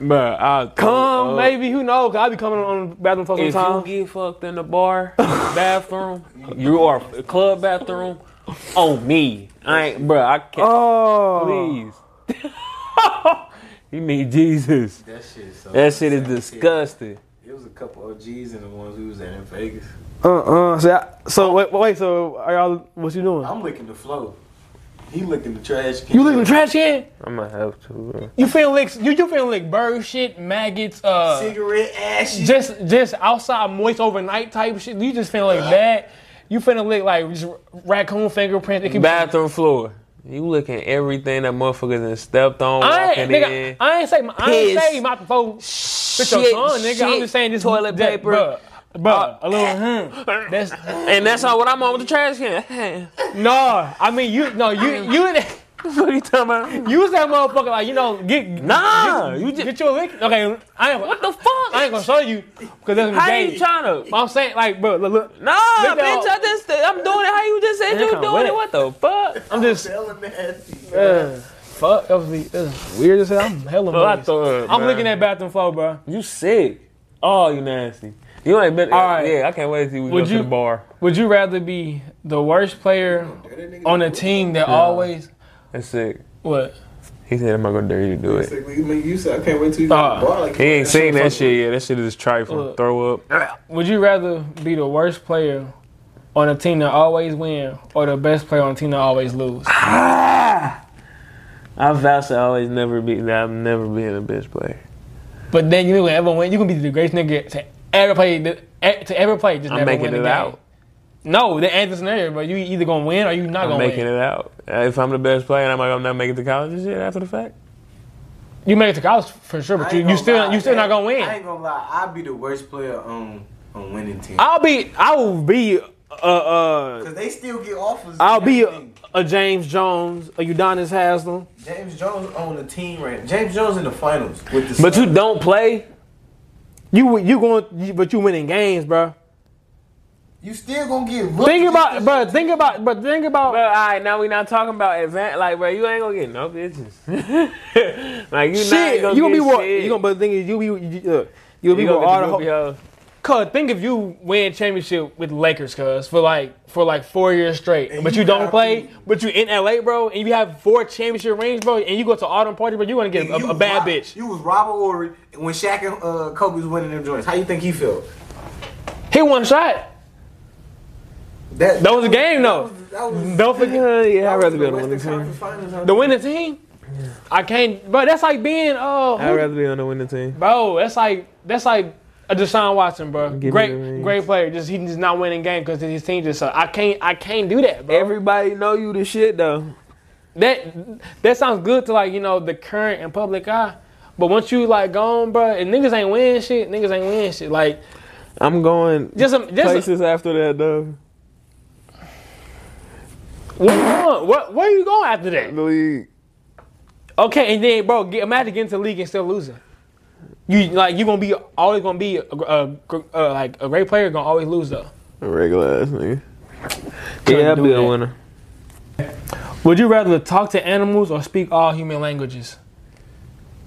Speaker 1: bro, I'll
Speaker 8: Come,
Speaker 2: uh,
Speaker 8: maybe. Who knows? I'll be coming on the bathroom floor
Speaker 1: Oh. If
Speaker 8: sometime.
Speaker 1: you get fucked in the
Speaker 2: [laughs]
Speaker 1: bar, bathroom, you are club bathroom, on me. I ain't, bro. I can't.
Speaker 8: Oh.
Speaker 1: Please. [laughs] you need Jesus.
Speaker 4: That shit. So
Speaker 1: That shit is disgusting.
Speaker 4: It was a couple OGs and the ones we was at in Vegas.
Speaker 8: Uh-uh. So, I- so wait, wait, so are y'all, what you doing?
Speaker 4: I'm licking the floor. He licking the trash can.
Speaker 2: You lick the trash can?
Speaker 1: I'm gonna have to. bro.
Speaker 2: You feel lick? You you feel lick bird shit, maggots, uh,
Speaker 4: cigarette ashes.
Speaker 2: just just outside moist overnight type shit. You just
Speaker 1: [gasps]
Speaker 2: feel like that. You finna lick like just raccoon fingerprints. It can
Speaker 1: Bathroom floor. You looking everything that motherfuckers done stepped on,
Speaker 2: I
Speaker 1: walking
Speaker 2: ain't, nigga,
Speaker 1: in.
Speaker 2: I ain't say my, I ain't
Speaker 1: Piss.
Speaker 2: say my phone. Shit, your tongue, nigga. I'm just saying this
Speaker 1: toilet
Speaker 2: that-
Speaker 1: paper. Uh,
Speaker 2: bruh, bruh, a little hmm. That's
Speaker 1: and that's not what I'm on with the trash can. [laughs]
Speaker 2: no. I mean you no you
Speaker 1: Mm.
Speaker 2: you
Speaker 1: what are you talking about?
Speaker 2: you was that motherfucker like you know get
Speaker 1: Nah, you
Speaker 2: get
Speaker 1: just
Speaker 2: your lick. Okay, I ain't what
Speaker 1: the fuck.
Speaker 2: I ain't gonna show you because that's
Speaker 1: How you trying to?
Speaker 2: I'm saying like bro, look, look
Speaker 1: No,
Speaker 2: Look at
Speaker 1: bitch,
Speaker 2: all-
Speaker 1: I just I'm doing it how you just said you
Speaker 2: kinda
Speaker 1: doing it.
Speaker 2: wet.
Speaker 1: What the fuck?
Speaker 2: I'm just
Speaker 4: hella nasty.
Speaker 2: Uh, fuck, that was, that was weird as hell. I'm hella moist. I'm looking at bathroom floor, bro.
Speaker 1: you sick. Oh, you nasty. You ain't been.
Speaker 2: All right.
Speaker 1: Yeah, I can't wait to see we
Speaker 2: Would
Speaker 1: go
Speaker 2: you-
Speaker 1: to the bar.
Speaker 2: Would you rather be the worst player on a team that always
Speaker 1: That's sick.
Speaker 2: what?
Speaker 1: He said, "I'm not gonna dare you to do it."
Speaker 4: Like, you make use of- I can't wait till you
Speaker 2: Nah.
Speaker 4: get the bar. Like,
Speaker 1: He ain't seen that shit yet. That shit is trifling.
Speaker 2: Look.
Speaker 1: Throw up.
Speaker 2: Would you rather be the worst player on a team that always win, or the best player on a team that always lose?
Speaker 1: Ah! I vow to always never be. I've never been a bitch player.
Speaker 2: But then you gonna ever win. You gonna be the greatest nigga to ever play the- eh, to ever play. Just
Speaker 1: I'm
Speaker 2: never
Speaker 1: making
Speaker 2: win
Speaker 1: it
Speaker 2: the game.
Speaker 1: out.
Speaker 2: No, that ain't the scenario, bro. You either gonna win or you not
Speaker 1: I'm
Speaker 2: gonna
Speaker 1: making
Speaker 2: win.
Speaker 1: it out. Uh, If I'm the best player, and I'm like, I'm not making it to college and shit after the fact.
Speaker 2: You make it to college for sure, but
Speaker 4: I
Speaker 2: you,
Speaker 4: ain't
Speaker 2: you
Speaker 4: gonna
Speaker 2: still
Speaker 4: lie.
Speaker 2: you still not gonna
Speaker 4: I
Speaker 2: win.
Speaker 4: ain't gonna lie. I'd be the worst player on on winning team.
Speaker 8: I'll be I will be uh uh
Speaker 4: Cause they still get offers.
Speaker 8: I'll be a,
Speaker 4: Everything.
Speaker 8: a James Jones, a Udonis Haslam.
Speaker 4: James Jones on the team right. James Jones in the finals with the.
Speaker 1: But
Speaker 4: Suns.
Speaker 1: you don't play.
Speaker 8: You you going but you winning games, bro.
Speaker 4: you still gonna get.
Speaker 8: Think about bro, think about but think about
Speaker 1: Bro, all right, now we not talking about advance. Like, bro, you ain't gonna get no bitches. [laughs] like, you not
Speaker 8: shit.
Speaker 1: gonna
Speaker 8: you gonna be
Speaker 1: get
Speaker 8: what
Speaker 1: shit.
Speaker 8: you gonna but the thing is you be you, look, you'll be
Speaker 1: You
Speaker 8: with
Speaker 1: gonna
Speaker 8: all
Speaker 1: get
Speaker 8: the
Speaker 1: the
Speaker 8: ho-
Speaker 1: groupie hoes.
Speaker 2: Cuz think if you win championship with Lakers, cuz for like for like four years straight, but
Speaker 4: you
Speaker 2: you, don't
Speaker 4: gotta
Speaker 2: play,
Speaker 4: be-
Speaker 2: but you in LA, bro, and you have four championship rings, bro, and you go to autumn party, bro, you gonna get
Speaker 4: You
Speaker 2: a, a
Speaker 4: was
Speaker 2: bad
Speaker 4: Rob-
Speaker 2: bitch.
Speaker 4: You was Robert Ory when Shaq and uh, Kobe was winning them joints. How you think he felt?
Speaker 2: He one shot.
Speaker 4: That,
Speaker 2: That was a game though.
Speaker 4: That was,
Speaker 2: Don't forget
Speaker 4: [laughs]
Speaker 1: Uh, yeah, I'd
Speaker 4: that was
Speaker 1: rather be
Speaker 4: the
Speaker 1: on the winning
Speaker 4: Western
Speaker 1: team.
Speaker 4: Conference Finals. huh?
Speaker 2: the winning team. I can't, bro. That's like being uh,
Speaker 1: I'd
Speaker 2: who-
Speaker 1: rather be on the winning team.
Speaker 2: bro. That's like that's like a Deshaun Watson, bro.
Speaker 1: me the
Speaker 2: great,
Speaker 1: rings.
Speaker 2: great player. Just he just not winning game because his team just. suck. I can't, I can't do that, bro.
Speaker 1: Everybody know you the shit though.
Speaker 2: that that sounds good to like you know the current and public eye, but once you like gone, bro, and niggas ain't winning shit. Niggas ain't winning shit. Like
Speaker 1: I'm going
Speaker 2: just a, just a,
Speaker 1: places after that though.
Speaker 2: what, what where you going after that?
Speaker 1: The league.
Speaker 2: Okay, and then bro, get, imagine getting to the league and still losing. You like you gonna be always gonna be a, a, a, a like a great player gonna always lose though.
Speaker 1: A regular ass nigga.
Speaker 2: Couldn't
Speaker 1: yeah, I'd
Speaker 2: do
Speaker 1: be a
Speaker 2: that.
Speaker 1: winner.
Speaker 2: Would you rather talk to animals or speak all human languages?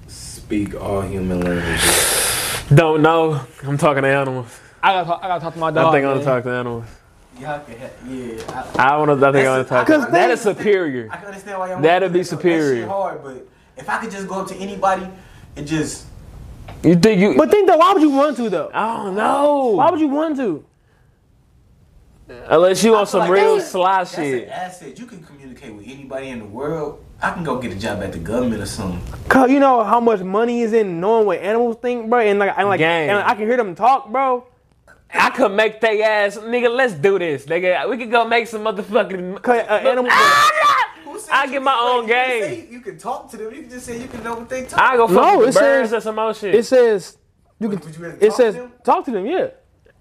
Speaker 4: Speak all human languages.
Speaker 1: Don't know. I'm talking to animals.
Speaker 2: I gotta talk, I gotta talk to my dog.
Speaker 1: I think I'm gonna
Speaker 2: man.
Speaker 1: talk to animals.
Speaker 4: Y'all can have, yeah.
Speaker 1: I wanna. I think I'm gonna talk.
Speaker 4: Cause
Speaker 1: To, that is superior.
Speaker 4: I, I can understand why y'all.
Speaker 1: That'd
Speaker 4: want
Speaker 1: be
Speaker 4: to do that. That
Speaker 1: superior.
Speaker 4: shit hard, but if I could just go up to anybody and just
Speaker 1: You think you?
Speaker 8: But think though, why would you want to though?
Speaker 1: I don't know.
Speaker 8: Why would you want to?
Speaker 1: Unless you on some
Speaker 4: like
Speaker 1: real
Speaker 4: that's-
Speaker 1: sly
Speaker 4: that's an
Speaker 1: shit.
Speaker 4: asset. You can communicate with anybody in the world. I can go get a job at the government or something.
Speaker 8: Cause you know how much money is in knowing what animals think, bro, and like, and like,
Speaker 1: Gang.
Speaker 8: and I can hear them talk, bro.
Speaker 1: I could make they ass, nigga. Let's do this, nigga. We could go make some motherfucking.
Speaker 8: Cause uh, animal,
Speaker 4: ah! Who said
Speaker 1: I
Speaker 4: you
Speaker 1: get
Speaker 4: can-
Speaker 1: my own
Speaker 4: you can say
Speaker 1: game.
Speaker 4: You can talk to them. You can just say you can know what they talk.
Speaker 1: I go fuck
Speaker 8: No,
Speaker 1: with
Speaker 8: it
Speaker 1: birds
Speaker 8: says-
Speaker 1: or some old shit.
Speaker 8: it says you
Speaker 4: Would
Speaker 8: can.
Speaker 4: you rather
Speaker 8: It
Speaker 4: talk to
Speaker 8: says
Speaker 4: them?
Speaker 8: talk to them, yeah.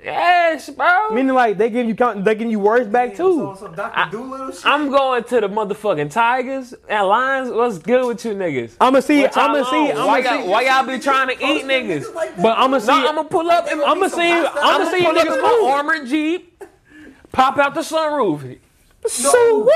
Speaker 1: yes, bro.
Speaker 8: Meaning like they give you count, they give you words back too.
Speaker 4: So, so Dr. Doolittle shit.
Speaker 1: I'm going to the motherfucking Tigers and Lions. What's good with you niggas?
Speaker 8: I'ma see,
Speaker 1: What y'all
Speaker 8: I'ma
Speaker 1: on?
Speaker 8: see,
Speaker 1: why,
Speaker 8: I'ma
Speaker 1: y'all,
Speaker 8: see.
Speaker 1: why y'all be trying to eat niggas?
Speaker 4: Like that.
Speaker 8: But I'ma see,
Speaker 1: No, I'ma pull up and
Speaker 8: I'ma see, I'ma
Speaker 1: I'ma
Speaker 8: see
Speaker 1: pull up in
Speaker 8: niggas
Speaker 1: my
Speaker 8: cool.
Speaker 1: armored jeep, pop out the sunroof,
Speaker 8: So woo.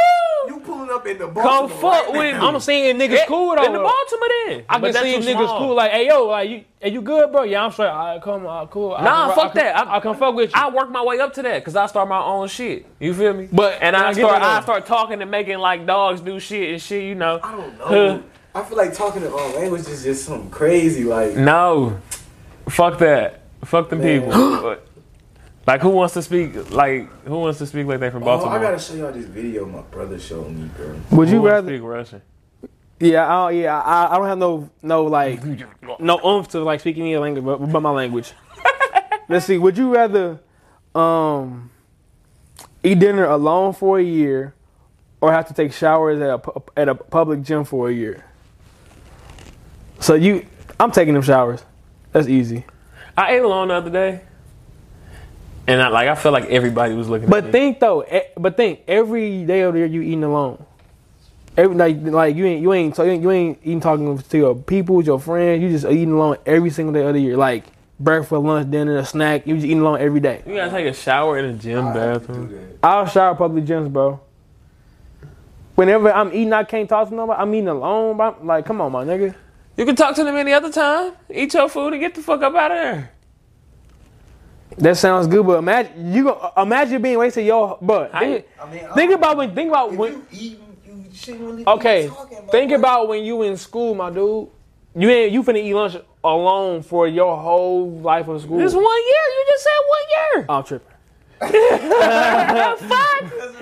Speaker 4: You pulling up in the
Speaker 1: come
Speaker 4: Baltimore
Speaker 1: fuck
Speaker 4: right
Speaker 1: with
Speaker 4: now.
Speaker 1: me.
Speaker 2: I'm seeing niggas cool though.
Speaker 1: in the Baltimore then.
Speaker 2: I can see niggas cool like, hey yo, like you, hey, you good, bro? Yeah, I'm straight. I come, I cool. I
Speaker 1: Nah,
Speaker 2: can-
Speaker 1: fuck
Speaker 2: I can-
Speaker 1: that. I-
Speaker 2: I, can fuck with you.
Speaker 1: I work my way up to that because I start my own shit. You feel me?
Speaker 2: But-
Speaker 1: and I
Speaker 2: I get
Speaker 1: start
Speaker 2: that.
Speaker 1: I start talking and making like dogs do shit and shit. You know?
Speaker 4: I don't know. I feel like talking about language is just something crazy.
Speaker 1: Mm,
Speaker 4: Like
Speaker 1: No, fuck that. Fuck them people. like who wants to speak? Like who wants to speak like that from
Speaker 4: Oh, I
Speaker 1: Baltimore?
Speaker 4: gotta show y'all this video my brother showed me, bro.
Speaker 8: Would
Speaker 1: Who
Speaker 8: you
Speaker 1: wants to
Speaker 8: rather?
Speaker 1: speak Russian?
Speaker 8: Yeah, I don't, yeah, I, I don't have no, no like, no oomph to like speaking any language, but, but my language. Let's see. Would you rather, um, eat dinner alone for a year, or have to take showers at a pu- at a public gym for a year? So you, I'm taking them showers. That's easy.
Speaker 1: I ate alone the other day, and I like I felt like everybody was looking.
Speaker 8: But
Speaker 1: at me.
Speaker 8: think though, e- but think every day of the year you eating alone. Every like like you ain't you ain't so you ain't, you ain't even talking to your people, your friends. You just eating alone every single day of the year, like breakfast, lunch, dinner, a snack. You just eating alone every day.
Speaker 1: you gotta take a shower in a gym
Speaker 4: I have to
Speaker 1: bathroom.
Speaker 4: do that.
Speaker 8: I'll shower public gyms, bro. Whenever I'm eating, I can't talk to nobody. I'm eating alone, bro. I'm Like, come on, my nigga.
Speaker 1: You can talk to them any other time. Eat your food and get the fuck up out of there.
Speaker 8: That sounds good, but imagine you gon- uh, imagine being wasted your butt. Think,
Speaker 4: I mean,
Speaker 8: think
Speaker 4: I-
Speaker 8: about when think about
Speaker 4: if
Speaker 8: when
Speaker 4: you eating, you shouldn't really be
Speaker 8: Okay,
Speaker 4: talking
Speaker 8: think
Speaker 4: that.
Speaker 8: about when you in school, my dude. You ain't you finna eat lunch alone for your whole life of school.
Speaker 1: This one year, you just said one year.
Speaker 8: I'm tripping.
Speaker 4: That's what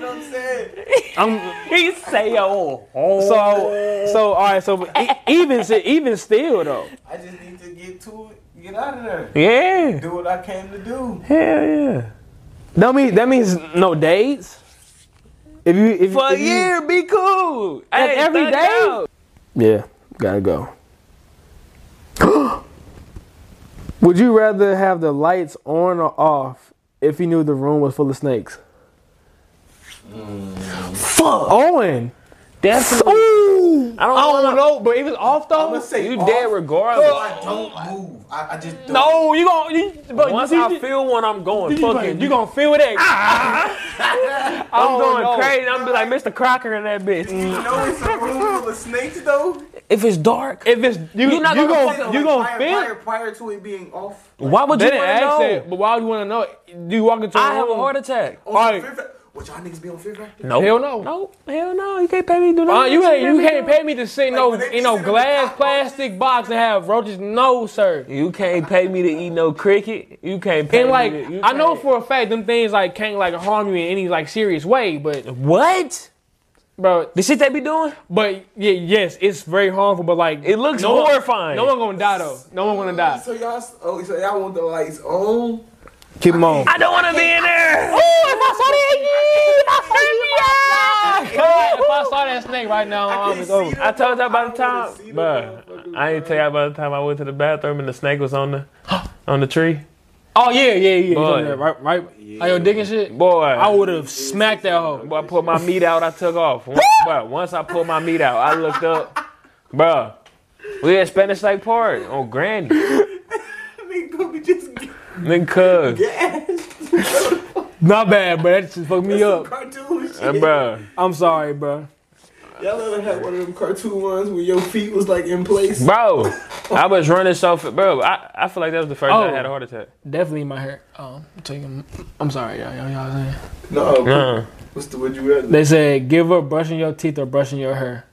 Speaker 4: I'm saying.
Speaker 8: I'm
Speaker 1: He say yo.
Speaker 8: so so. All right, so e- even si- even still though,
Speaker 4: I just need to get to it, get out of there,
Speaker 1: Yeah.
Speaker 4: do what I came to do.
Speaker 1: Hell yeah.
Speaker 8: that means that means no dates. If you if
Speaker 1: For a
Speaker 8: if you-
Speaker 1: year, be cool. Hey,
Speaker 8: every
Speaker 1: thug it
Speaker 8: day?
Speaker 1: out.
Speaker 8: yeah, gotta go. [gasps]
Speaker 2: Would you rather have the lights on or off if you knew the room was full of snakes?
Speaker 1: Fuck.
Speaker 2: Owen.
Speaker 1: Definitely. I don't,
Speaker 2: I don't
Speaker 1: know.
Speaker 2: know, but if it's off though,
Speaker 4: I'ma say
Speaker 1: You
Speaker 4: off.
Speaker 1: dead regardless.
Speaker 4: No, I don't move. I, I just don't.
Speaker 2: no, Oh, you gonna you, but
Speaker 1: Once
Speaker 2: you,
Speaker 1: I feel one, I'm going.
Speaker 2: you,
Speaker 1: Fuck it.
Speaker 2: you gonna feel it. [laughs]
Speaker 1: I'm going
Speaker 2: know.
Speaker 1: crazy. I'm be like Mr. Crocker in that bitch.
Speaker 4: You know it's a room full of snakes though.
Speaker 1: If it's dark,
Speaker 2: If it's you,
Speaker 1: You're
Speaker 2: you
Speaker 1: not
Speaker 2: gonna,
Speaker 1: gonna
Speaker 4: So,
Speaker 2: you gonna
Speaker 4: like,
Speaker 2: feel
Speaker 4: prior, prior,
Speaker 2: it.
Speaker 4: prior to it being off.
Speaker 1: why would
Speaker 2: They
Speaker 1: you
Speaker 2: didn't
Speaker 1: want to
Speaker 2: ask
Speaker 1: know?
Speaker 2: that, but why would you wanna know? Do you walk into a
Speaker 1: I have a
Speaker 2: room?
Speaker 1: heart attack.
Speaker 4: on
Speaker 2: Alright.
Speaker 4: Fear Factor. What y'all niggas be on Fear Factor?
Speaker 1: No.
Speaker 2: Hell no.
Speaker 1: No. Hell no. You can't pay me to do that.
Speaker 2: Uh, you
Speaker 1: shit,
Speaker 2: ain't you
Speaker 1: baby.
Speaker 2: can't pay me to sit in no
Speaker 4: when they
Speaker 2: in no
Speaker 4: sit in the
Speaker 2: glass
Speaker 4: top
Speaker 2: plastic box and have roaches. No, sir.
Speaker 1: You can't pay me to eat no cricket. You can't pay
Speaker 2: And like
Speaker 1: me to, you
Speaker 2: I know
Speaker 1: can't-
Speaker 2: for a fact them things like can't like harm you in any like serious way, but
Speaker 1: what?
Speaker 2: bro,
Speaker 1: The shit they be doing?
Speaker 2: but yeah, yes, it's very harmful. But like
Speaker 1: It looks
Speaker 2: no one-
Speaker 1: horrifying.
Speaker 2: no one gonna die though. No one gonna
Speaker 4: [laughs]
Speaker 2: die.
Speaker 4: So y'all, oh, so y'all want the lights on?
Speaker 2: Keep them
Speaker 8: [laughs]
Speaker 2: on.
Speaker 1: I don't want to be in there.
Speaker 2: [laughs] God, if I saw that snake right now, my arm is over.
Speaker 1: I told y'all by the
Speaker 4: I wanna
Speaker 1: time,
Speaker 4: see the
Speaker 1: bruh. I ain't tell y'all by the time I went to the bathroom and the snake was on the [gasps] on the tree.
Speaker 2: Oh yeah, yeah, yeah.
Speaker 1: Boy.
Speaker 2: Boy. Right, right. Are your dick and shit?
Speaker 1: Boy,
Speaker 2: I would have smacked that hoe.
Speaker 1: Boy, I pulled my meat out. I took [laughs] off. Once, bruh, once I pulled my meat out, I looked up, bruh. We at Spanish Lake Park on Granny.
Speaker 4: Nigga, we just get
Speaker 1: Nigga, cuz.
Speaker 2: Not bad, but that just fucked me up.
Speaker 4: cartoon shit.
Speaker 1: And, bruh,
Speaker 2: I'm sorry, bro.
Speaker 4: Y'all ever had one of them cartoon ones where your feet was like in place?
Speaker 1: bro, I was running so fast. Bro, I, I feel like that was the first time I
Speaker 2: Oh.
Speaker 1: had a heart attack.
Speaker 2: Definitely in my hair. Um, taking. I'm sorry, y'all. Y'all, y'all saying.
Speaker 4: No.
Speaker 1: Uh,
Speaker 4: What's the would you rather?
Speaker 2: They said give up brushing your teeth or brushing your hair.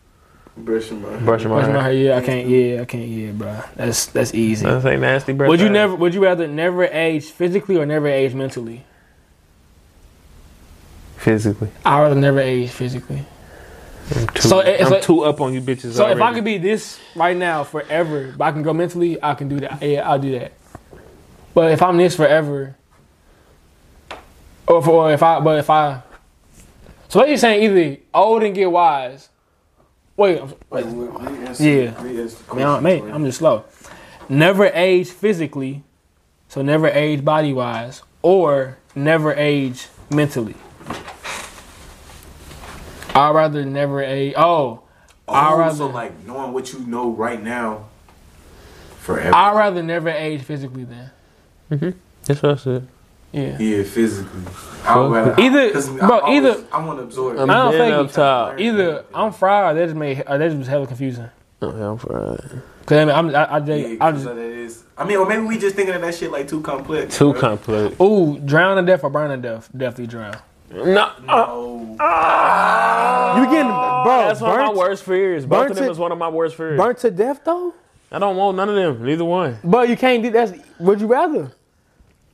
Speaker 4: Brushing my hair.
Speaker 1: brushing my
Speaker 2: Brushing my
Speaker 1: hair.
Speaker 2: hair, yeah, I can't, yeah, I can't, yeah, bro. That's that's easy.
Speaker 1: That's a nasty breath.
Speaker 2: Would you
Speaker 1: out.
Speaker 2: never? Would you rather never age physically or never age mentally?
Speaker 1: physically?
Speaker 2: I would rather never age physically.
Speaker 1: Too,
Speaker 2: So, eh,
Speaker 1: I'm
Speaker 2: so-
Speaker 1: too up on you bitches.
Speaker 2: So if I
Speaker 1: already.
Speaker 2: could be this right now forever, but I can go mentally, I can do that. Yeah, I'll do that. But if I'm this forever, or if, or if I, but if I, so what you saying? Either old and get wise. Wait, I'm,
Speaker 4: Like, what- re-ask-
Speaker 2: Yeah.
Speaker 4: re-ask the
Speaker 2: man, I'm, man,
Speaker 4: question,
Speaker 2: I'm just slow. Never age physically, so never age body wise, or never age mentally. I'd rather never age. Oh, I'd
Speaker 4: Oh,
Speaker 2: rather.
Speaker 4: so like knowing what you know right now forever.
Speaker 2: I'd rather never age physically then.
Speaker 1: That's what I said.
Speaker 2: Yeah.
Speaker 4: yeah, physically. I would rather,
Speaker 2: Either-
Speaker 4: 'cause I
Speaker 2: bro,
Speaker 4: always-
Speaker 2: either-
Speaker 4: I want to absorb.
Speaker 1: I'm
Speaker 2: I don't
Speaker 1: bent
Speaker 2: think
Speaker 1: up
Speaker 2: it's-
Speaker 1: top.
Speaker 2: Either I'm fried or they just made or they just hella confusing.
Speaker 1: Okay, I'm fried.
Speaker 2: Cause I mean, I'm, I, I, just,
Speaker 4: Yeah,
Speaker 2: I
Speaker 4: 'cause
Speaker 2: just,
Speaker 4: that is. I mean, or maybe we just thinking of that shit like too complex.
Speaker 1: Too
Speaker 4: bro.
Speaker 1: complex.
Speaker 2: ooh, drown to death or burn to death. Definitely drown.
Speaker 1: No,
Speaker 4: No.
Speaker 2: You getting bro?
Speaker 1: that's one of my worst fears. Both of
Speaker 2: burnt
Speaker 1: them
Speaker 2: it-
Speaker 1: is one of my worst fears.
Speaker 2: burnt to death though.
Speaker 1: I don't want none of them. Neither one.
Speaker 2: But you can't do that's. Would you rather?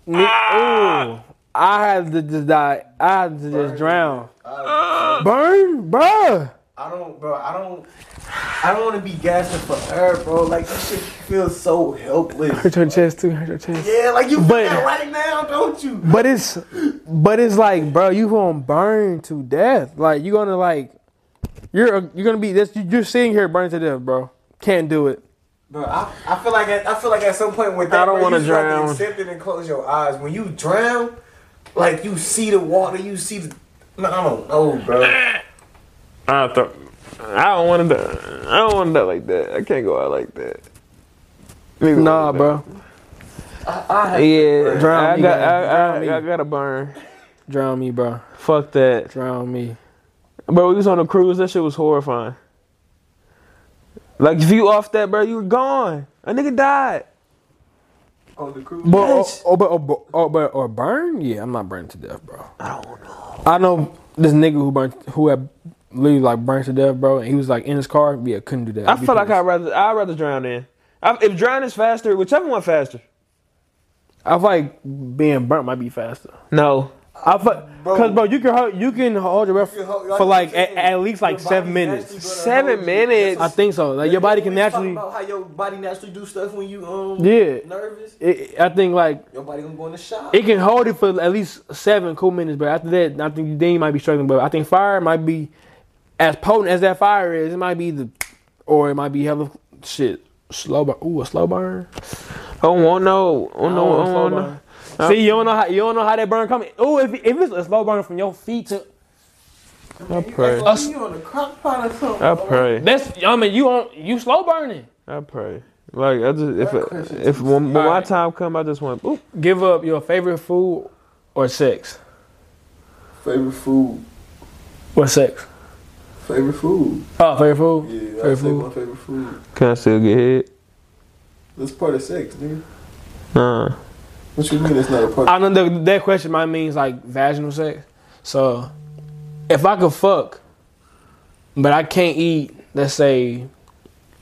Speaker 2: Ne- ooh, I have to just die. I have to just drown. burn, bruh.
Speaker 4: I don't, bro. I don't. I don't want to be gassing for her, bro. Like that shit feels so helpless.
Speaker 8: [laughs]
Speaker 2: Hurt your chest too. Hurt your chest.
Speaker 4: Yeah, like you feel
Speaker 2: But-
Speaker 4: that right now, don't you?
Speaker 2: But it's, but it's like, bro, you gonna burn to death. Like you gonna like, you're you're gonna be this. You're sitting here burning to death, bro. Can't do it.
Speaker 4: Bro, I, I feel like at, I feel like at some point with that,
Speaker 1: I don't
Speaker 4: bro,
Speaker 1: wanna
Speaker 4: you just have
Speaker 1: drown.
Speaker 4: Accept it and close your eyes. When you drown, like you see the water, you see the. No, I don't know, bro. [laughs]
Speaker 1: I th- I don't want to. die. I don't want to die like that. I can't go out like that.
Speaker 2: Nah, bro.
Speaker 1: Yeah,
Speaker 2: Drown
Speaker 1: I got,
Speaker 2: me, man.
Speaker 1: I,
Speaker 2: Drown me.
Speaker 1: I, I gotta burn.
Speaker 2: Drown me, bro.
Speaker 1: Fuck that,
Speaker 2: Drown me.
Speaker 1: bro. We was on a cruise. That shit was horrifying. Like if you off that, bro, you were gone. A nigga died.
Speaker 4: On the cruise.
Speaker 2: But oh,
Speaker 1: Yes.
Speaker 2: oh, but oh, but oh, but or burn? Yeah, I'm not burning to death, bro. I don't know. I know this nigga who burnt, who had literally like burned to death, bro. And he was like in his car. Yeah, couldn't do that.
Speaker 1: I feel like I'd rather I'd rather drown in. I, if drown is faster, whichever one faster.
Speaker 2: I feel like being burnt might be faster.
Speaker 1: No.
Speaker 2: I feel, cause bro, you can hold, you can hold your breath
Speaker 4: You hold-
Speaker 2: for like
Speaker 4: I'm saying,
Speaker 2: at, at least like
Speaker 4: your
Speaker 2: seven
Speaker 4: body
Speaker 2: minutes.
Speaker 4: naturally gonna hold
Speaker 1: Seven
Speaker 4: you.
Speaker 1: minutes.
Speaker 2: I think so. Like your body can
Speaker 4: We was talking
Speaker 2: naturally.
Speaker 4: About how your body naturally do stuff when you um
Speaker 2: Yeah.
Speaker 4: nervous.
Speaker 2: It, I think like
Speaker 4: Your body gonna go in the shower.
Speaker 2: it can hold it for at least seven cool minutes, but after that, I think then you might be struggling. But I think fire might be as potent as that fire is. It might be the, or it might be hella shit.
Speaker 8: Slow burn. Ooh, a slow burn.
Speaker 1: I don't want no. I don't, know- I
Speaker 8: Oh,
Speaker 1: don't
Speaker 8: slow
Speaker 2: Um,
Speaker 1: want no.
Speaker 8: burn. See, you don't know how you don't know how that burn coming. Ooh, if, if it's a slow burn from your feet to
Speaker 1: I pray.
Speaker 2: Us-
Speaker 4: You on the crock pot or something?
Speaker 1: I pray.
Speaker 2: That's I mean you on you slow burning.
Speaker 1: I pray. Like I just if if when, when my
Speaker 2: Alright.
Speaker 1: time come, I just want. Ooh,
Speaker 2: Give up your favorite food or sex.
Speaker 4: Favorite food.
Speaker 2: Or sex.
Speaker 4: Favorite food.
Speaker 2: Oh, favorite food.
Speaker 4: Yeah,
Speaker 2: Favorite
Speaker 4: I say
Speaker 2: food.
Speaker 4: my favorite food.
Speaker 1: can I still get hit?
Speaker 4: That's part of sex, nigga.
Speaker 1: Nah.
Speaker 4: What you mean? It's not a part.
Speaker 2: I know that, that question might means like vaginal sex. So if I could fuck, but I can't eat, let's say,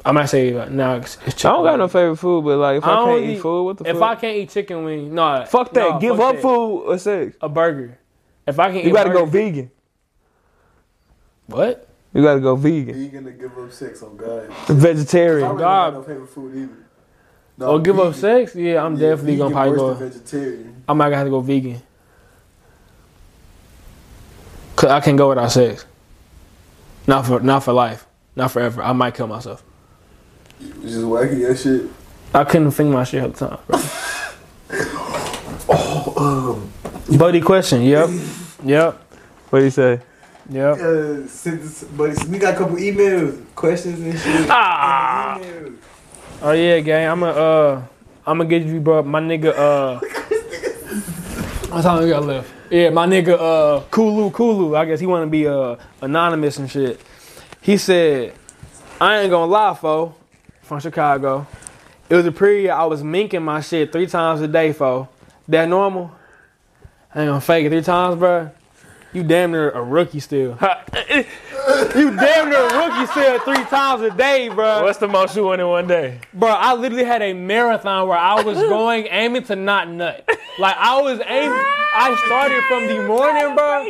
Speaker 2: I might say like, nah, it's, it's
Speaker 1: I don't got no favorite food, but like if I,
Speaker 2: I don't
Speaker 1: can't eat
Speaker 2: eat-
Speaker 1: food, what the
Speaker 2: If I
Speaker 1: fuck?
Speaker 2: can't eat chicken wing, no.
Speaker 1: fuck that.
Speaker 2: no,
Speaker 1: Give
Speaker 2: fuck
Speaker 1: up
Speaker 2: that.
Speaker 1: food or sex.
Speaker 2: A burger. If I can,
Speaker 1: You
Speaker 2: eat
Speaker 1: gotta
Speaker 2: burger,
Speaker 1: go vegan.
Speaker 2: What?
Speaker 1: You gotta go vegan.
Speaker 4: You ain't gonna give up sex on God. I
Speaker 1: Vegetarian.
Speaker 4: really don't have no favorite food either. No,
Speaker 2: Or Oh, give up
Speaker 4: vegan.
Speaker 2: sex? Yeah, I'm
Speaker 4: Yeah,
Speaker 2: definitely gonna
Speaker 4: vegan
Speaker 2: probably
Speaker 4: worse
Speaker 2: go.
Speaker 4: than vegetarian.
Speaker 2: I might have to go vegan. Cause I can go without sex. Not for not for life. Not forever. I might kill myself.
Speaker 4: It's just wacky ass shit.
Speaker 2: I couldn't think my shit at the time. Bro.
Speaker 4: Um,
Speaker 2: Buddy question. Yep. Yep.
Speaker 1: What do you say?
Speaker 2: Yep.
Speaker 4: uh, since, but we got a couple emails, questions and shit.
Speaker 2: Ah.
Speaker 4: Emails.
Speaker 2: Oh yeah, gang. I'm gonna uh, I'm gonna get you, bro. My nigga. Uh, what time we got left? Yeah, my nigga. Uh, Kulu Kulu. I guess he want to be uh anonymous and shit. He said, "I ain't gonna lie, fo, from Chicago. It was a period I was minking my shit three times a day, fo. That normal? I ain't gonna fake it three times, bro. You damn near a rookie still. [laughs] you damn near a rookie still three times a day, bro.
Speaker 1: the most you want in one day?
Speaker 2: Bro, I literally had a marathon where
Speaker 1: [laughs]
Speaker 2: I was going aiming to not nut. Like I was aiming.
Speaker 1: [laughs]
Speaker 2: I started from the morning, bro.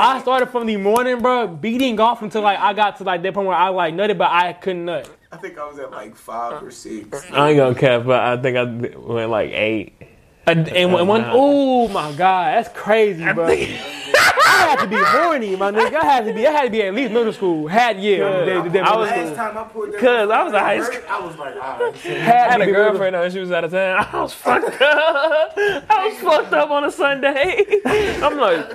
Speaker 2: I started from the morning, bro, beating off until like I got to like that point where I like nutted, but I couldn't nut.
Speaker 4: I think I was at like five or six.
Speaker 1: I ain't gonna cap, but I think I went like eight.
Speaker 2: And, and when, when oh my god, that's crazy,
Speaker 1: [laughs]
Speaker 2: bro. I [laughs] had to be horny, my nigga. I had to be. I had to be at least middle school. Had yeah. they- they- they-
Speaker 1: I was-
Speaker 4: Last time I pulled that,
Speaker 1: Cause I was a high school.
Speaker 4: bird, I was like, all right.
Speaker 2: had
Speaker 1: I had
Speaker 2: to
Speaker 1: a
Speaker 2: be middle-
Speaker 1: girlfriend though, and she was out of town. [laughs] I was fucked up. I was fucked up on a Sunday. [laughs] I'm like,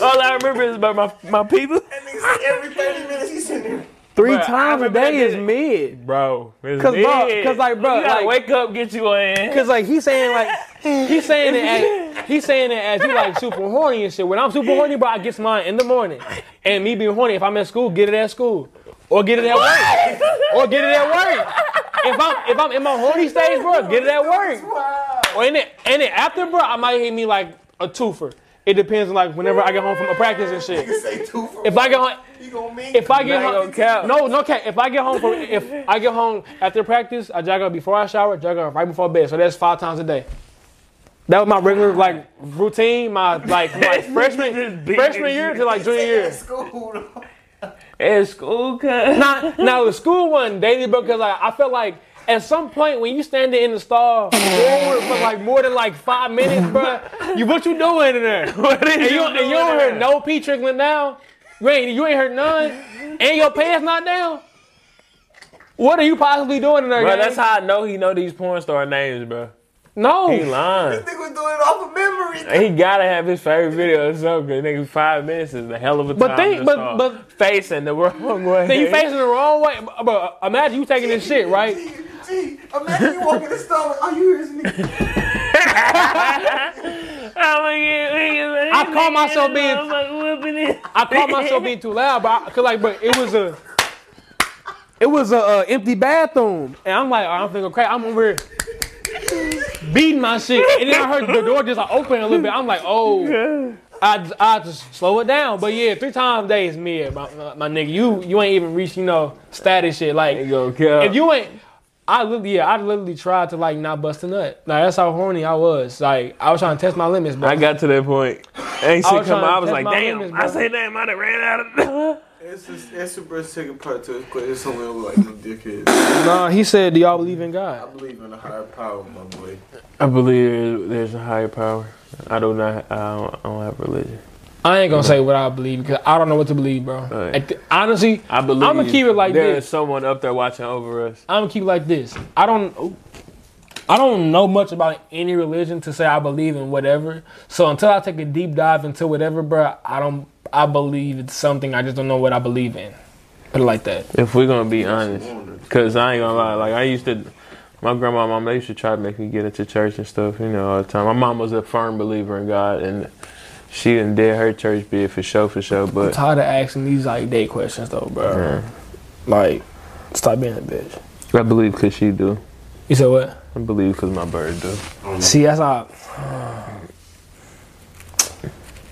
Speaker 1: all I remember is about my my people.
Speaker 4: That nigga said every thirty minutes he's sitting there.
Speaker 8: three
Speaker 1: Bruh, I
Speaker 8: times a
Speaker 1: remember
Speaker 8: day
Speaker 1: that
Speaker 8: is
Speaker 1: day.
Speaker 8: mid.
Speaker 1: Bro, cause
Speaker 8: Cause, bro, cause like, bro,
Speaker 1: you gotta
Speaker 8: like,
Speaker 1: wake up, get you in.
Speaker 8: cause like he's saying like
Speaker 2: He's saying it as he's saying it as you like super horny and shit. When I'm super horny, bro, I get mine in the morning. And me being horny, if I'm at school, get it at school. Or get it at work. Or get it at work. If I'm if I'm in my horny stage, bro, get it at work.
Speaker 4: Wow.
Speaker 2: Or in it and then after, bro, I might hit me like a twofer. It depends on like whenever I get home from a practice and shit.
Speaker 4: You say two for
Speaker 2: If I get home
Speaker 4: you gonna mean?
Speaker 2: if I get
Speaker 1: Not
Speaker 2: home,
Speaker 1: gonna count.
Speaker 2: no, no cap. If I get home from, if I get home after practice, I jog out before I shower, jog out right before bed. So that's five times a day. That was my regular like routine. My like
Speaker 1: [laughs]
Speaker 2: my freshman
Speaker 1: Just beat
Speaker 2: freshman
Speaker 1: it.
Speaker 2: year to like junior year.
Speaker 4: school, though. [laughs]
Speaker 1: At school, cause
Speaker 2: Not now the school one daily because like, I felt like at some point when you standing in the stall forward for like more than like five minutes, bro, you what you doing in
Speaker 1: [laughs]
Speaker 2: there?
Speaker 1: what is
Speaker 2: And you, and you don't hear no pee trickling down. You ain't, you ain't heard none. And your pants not down. What are you possibly doing in there,
Speaker 1: Bro,
Speaker 2: gang?
Speaker 1: that's how I know he know these porn star names, bro. He
Speaker 2: No.
Speaker 1: lying.
Speaker 4: Nigga was doing it off of memory.
Speaker 1: He gotta have his favorite video or something. Nigga, five minutes is a hell of a time.
Speaker 2: But think-
Speaker 1: to
Speaker 2: but-
Speaker 1: start.
Speaker 2: but-
Speaker 1: facing the wrong way.
Speaker 2: Then
Speaker 1: [laughs]
Speaker 2: you facing the wrong way. But imagine you taking this shit, right?
Speaker 4: Gee, imagine you walk in the store. Like, oh, you hear this nigga?
Speaker 1: I
Speaker 2: call myself being-
Speaker 1: being.
Speaker 2: I caught myself being too loud, but I, cause like, but it was a, it was a uh, empty bathroom, and I'm like, oh, I'm thinking, crap, I'm over here beating my shit, and then I heard the door just like, open a little bit. I'm like, oh, I, I just slow it down, but yeah, three times a day is me, my, my, my nigga. You you ain't even reached, you know, status shit. Like, if you ain't. I literally, yeah, I literally tried to like not bust a nut. Like that's how horny I was. Like I was trying to test my limits, bro.
Speaker 1: I got to that point. Ain't
Speaker 2: I
Speaker 1: shit
Speaker 2: was
Speaker 1: come.
Speaker 2: trying to
Speaker 1: I was
Speaker 2: test
Speaker 1: like,
Speaker 2: my
Speaker 1: damn.
Speaker 2: limits,
Speaker 1: I
Speaker 2: bro.
Speaker 1: say, damn. I done ran out of.
Speaker 4: It's just, it's the best second part to it. It's somewhere like them dickheads.
Speaker 2: Nah, he said, "Do y'all believe in
Speaker 4: I
Speaker 2: God?"
Speaker 4: believe in a higher power, my boy.
Speaker 1: I believe there's a higher power. I do not. I don't, I don't have religion.
Speaker 2: I ain't gonna say what I believe because I don't know what to believe, bro.
Speaker 8: Alright.
Speaker 2: At the- honestly,
Speaker 8: I believe
Speaker 2: I'ma keep it like
Speaker 8: there
Speaker 2: this.
Speaker 8: is someone up there watching over us.
Speaker 2: I'm gonna keep it like this. I don't. oop. I don't know much about any religion to say I believe in whatever. So until I take a deep dive into whatever, bro, I don't. I believe it's something. I just don't know what I believe in. Put it like that.
Speaker 8: If we're gonna be honest, because I ain't gonna lie, like I used to, my grandma, and mom, they used to try to make me get into church and stuff, you know, all the time. My mom was a firm believer in God, and she done did her church bid for sure, for sure.
Speaker 2: I'm
Speaker 8: But
Speaker 2: tired of asking these like date questions though, bro.
Speaker 8: Yeah.
Speaker 2: Like, stop being a bitch.
Speaker 8: I believe because she do.
Speaker 2: You said what?
Speaker 8: I believe because my bird do.
Speaker 2: See, that's how.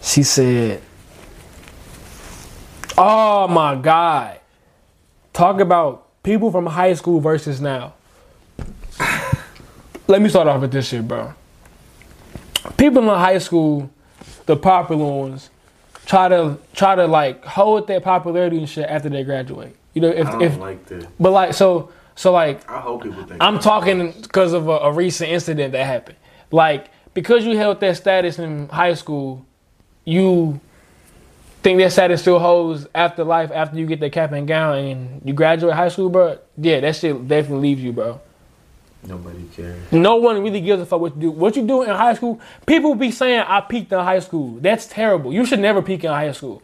Speaker 2: she said, "Oh my God, talk about people from high school versus now." Let me start off with this shit, bro. People in high school, the popular ones, try to try to like hold their popularity and shit after they graduate. You know, if
Speaker 4: I
Speaker 2: if
Speaker 4: don't like that.
Speaker 2: but like so so like
Speaker 4: I hope people think.
Speaker 2: I'm talking because of a, a recent incident that happened. Like because you held that status in high school, you think that status still holds after life after you get the cap and gown and you graduate high school, bro. Yeah, that shit definitely leaves you, bro.
Speaker 4: Nobody cares.
Speaker 2: No one really gives a fuck what you do. What you do in high school, people be saying I peaked in high school. That's terrible. You should never peak in high school.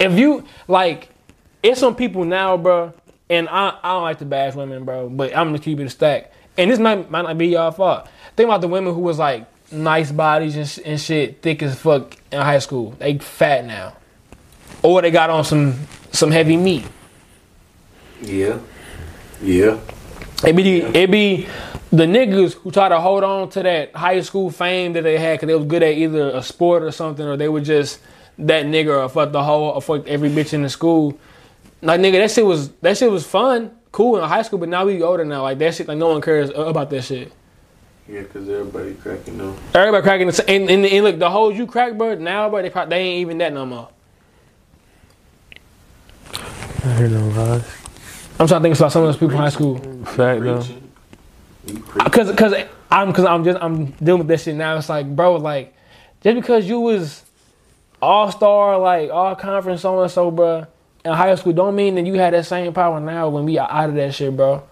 Speaker 2: If you like, it's some people now, bro. And I, I don't like to bash women, bro. But I'm gonna keep it a stack. And this might might not be y'all fault. Think about the women who was like nice bodies and, sh- and shit, thick as fuck in high school. They fat now, or they got on some some heavy meat.
Speaker 4: Yeah. Yeah.
Speaker 2: It be the, it be the niggas who try to hold on to that high school fame that they had because they was good at either a sport or something, or they were just that nigga or fuck the whole or fuck every bitch in the school. Like nigga, that shit was that shit was fun, cool in high school, but now we older now. Like that shit, like no one cares about that shit.
Speaker 4: Yeah, because everybody cracking up.
Speaker 2: Everybody cracking the s- and, and, and look the hoes you crack, bro. Now, bro, they probably, they ain't even that no more.
Speaker 8: I hear them lies.
Speaker 2: I'm trying to think about some of those people in high school.
Speaker 8: Fact though.
Speaker 4: Preaching. You preach.
Speaker 2: because because I'm because I'm just I'm dealing with this shit now. It's like, bro, like just because you was all star, like all conference, so and so, bro, in high school, don't mean that you had that same power now when we are out of that shit, bro.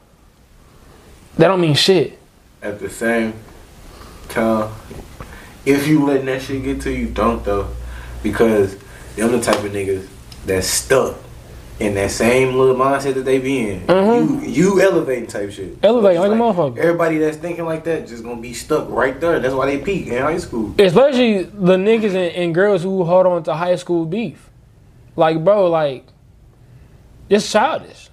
Speaker 2: That don't mean shit.
Speaker 4: At the same time, if you letting that shit get to you, don't though, because them the type of niggas that's stuck in that same little mindset that they be in. You you elevating type shit.
Speaker 2: Mm-hmm. Elevating
Speaker 4: Just
Speaker 2: like a motherfucker.
Speaker 4: Everybody that's thinking like that just gonna be stuck right there. That's why they peak in high school.
Speaker 2: Especially the niggas and, and girls who hold on to high school beef. Like, bro, like it's childish.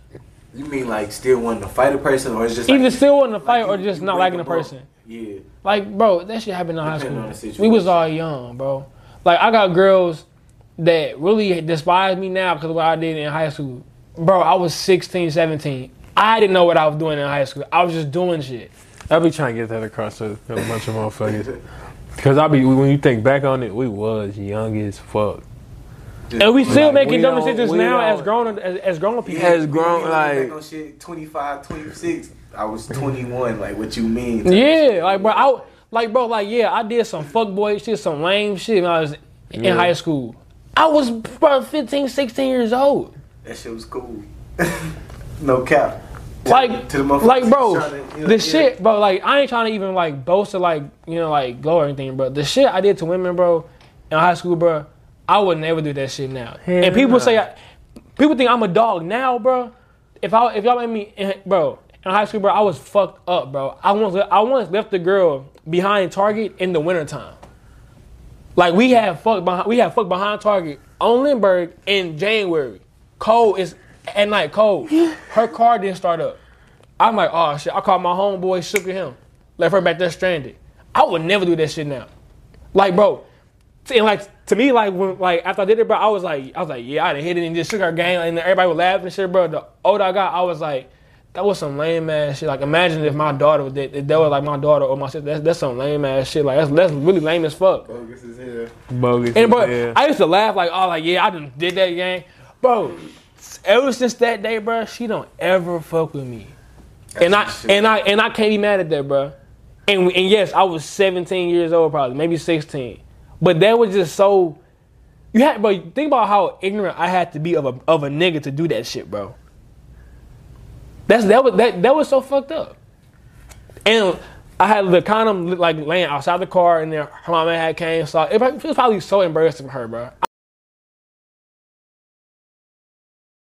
Speaker 4: You mean like still wanting to fight a person, or it's just
Speaker 2: Either
Speaker 4: like,
Speaker 2: still wanting to fight
Speaker 4: you-
Speaker 2: or just
Speaker 4: you
Speaker 2: not
Speaker 4: break
Speaker 2: liking the
Speaker 4: them up.
Speaker 2: person.
Speaker 4: Yeah,
Speaker 2: Like, bro, that shit happened in high
Speaker 4: Depending on the
Speaker 2: school.
Speaker 4: situation.
Speaker 2: We was all young, bro. Like, I got girls that really despise me now because of what I did in high school. Bro, I was 16, 17. I didn't know what I was doing in high school. I was just doing shit.
Speaker 8: I be trying to get that across to a bunch of motherfuckers. Cause I be when you think back on it, we was young as fuck.
Speaker 2: And we still
Speaker 8: Like,
Speaker 2: making
Speaker 8: we
Speaker 2: dumb
Speaker 8: don't-
Speaker 2: decisions
Speaker 8: we
Speaker 2: now
Speaker 8: don't-
Speaker 2: as grown as, as grown people.
Speaker 4: Yeah,
Speaker 8: Has grown,
Speaker 4: you look back
Speaker 8: like-
Speaker 4: on shit 25, 26. I was 21. Like what you mean?
Speaker 2: Yeah, like bro, I like bro, like yeah, I did some fuckboy shit, some lame shit when I was in
Speaker 8: Yeah.
Speaker 2: high school. I was bro, 15, 16 years old.
Speaker 4: That shit was cool. [laughs] no cap.
Speaker 2: like,
Speaker 4: to the motherfuckers
Speaker 2: like, bro,
Speaker 4: trying to-
Speaker 2: the
Speaker 4: yeah.
Speaker 2: shit, bro. Like, I ain't trying to even like boast or like, you know, like glow or anything, bro. The shit I did to women, bro, in high school, bro, I would never do that shit now.
Speaker 8: Hell
Speaker 2: and people
Speaker 8: nah.
Speaker 2: say, I, people think I'm a dog now, bro. If I, if y'all let me, in- bro, in high school, bro, I was fucked up, bro. I once, I once left the girl behind Target in the wintertime. Like we had fuck behind, we had fuck behind Target on Lindbergh in January. Cold is at night cold. Her car didn't start up. I'm like, oh shit. I called my homeboy, shook at him, left her back there stranded. I would never do that shit now. Like, bro, t- and like to me, like when like after I did it, bro, I was like, I was like, yeah, I done hit it and just shook her gang, and everybody was laughing and shit, bro. The older I got, I was like, that was some lame ass shit. Like, imagine if my daughter was that, if that was like my daughter or my sister. That's, that's some lame ass shit. Like, that's that's really lame as fuck.
Speaker 4: Bogus as hell.
Speaker 8: Bogus.
Speaker 2: And bro,
Speaker 8: yeah.
Speaker 2: I used to laugh like, oh, like yeah, I done did that gang, bro. Ever since that day, bro, she don't ever fuck with me, and I
Speaker 4: some shit.
Speaker 2: and I and I can't be mad at that, bro. And and yes, I was 17 years old, probably maybe 16, but that was just so You had, bro. Think about how ignorant I had to be of a of a nigga to do that shit, bro. That's that was that that was so fucked up. And I had the condom like laying outside the car, and then her mama had came. So it, was probably so embarrassing for her, bro.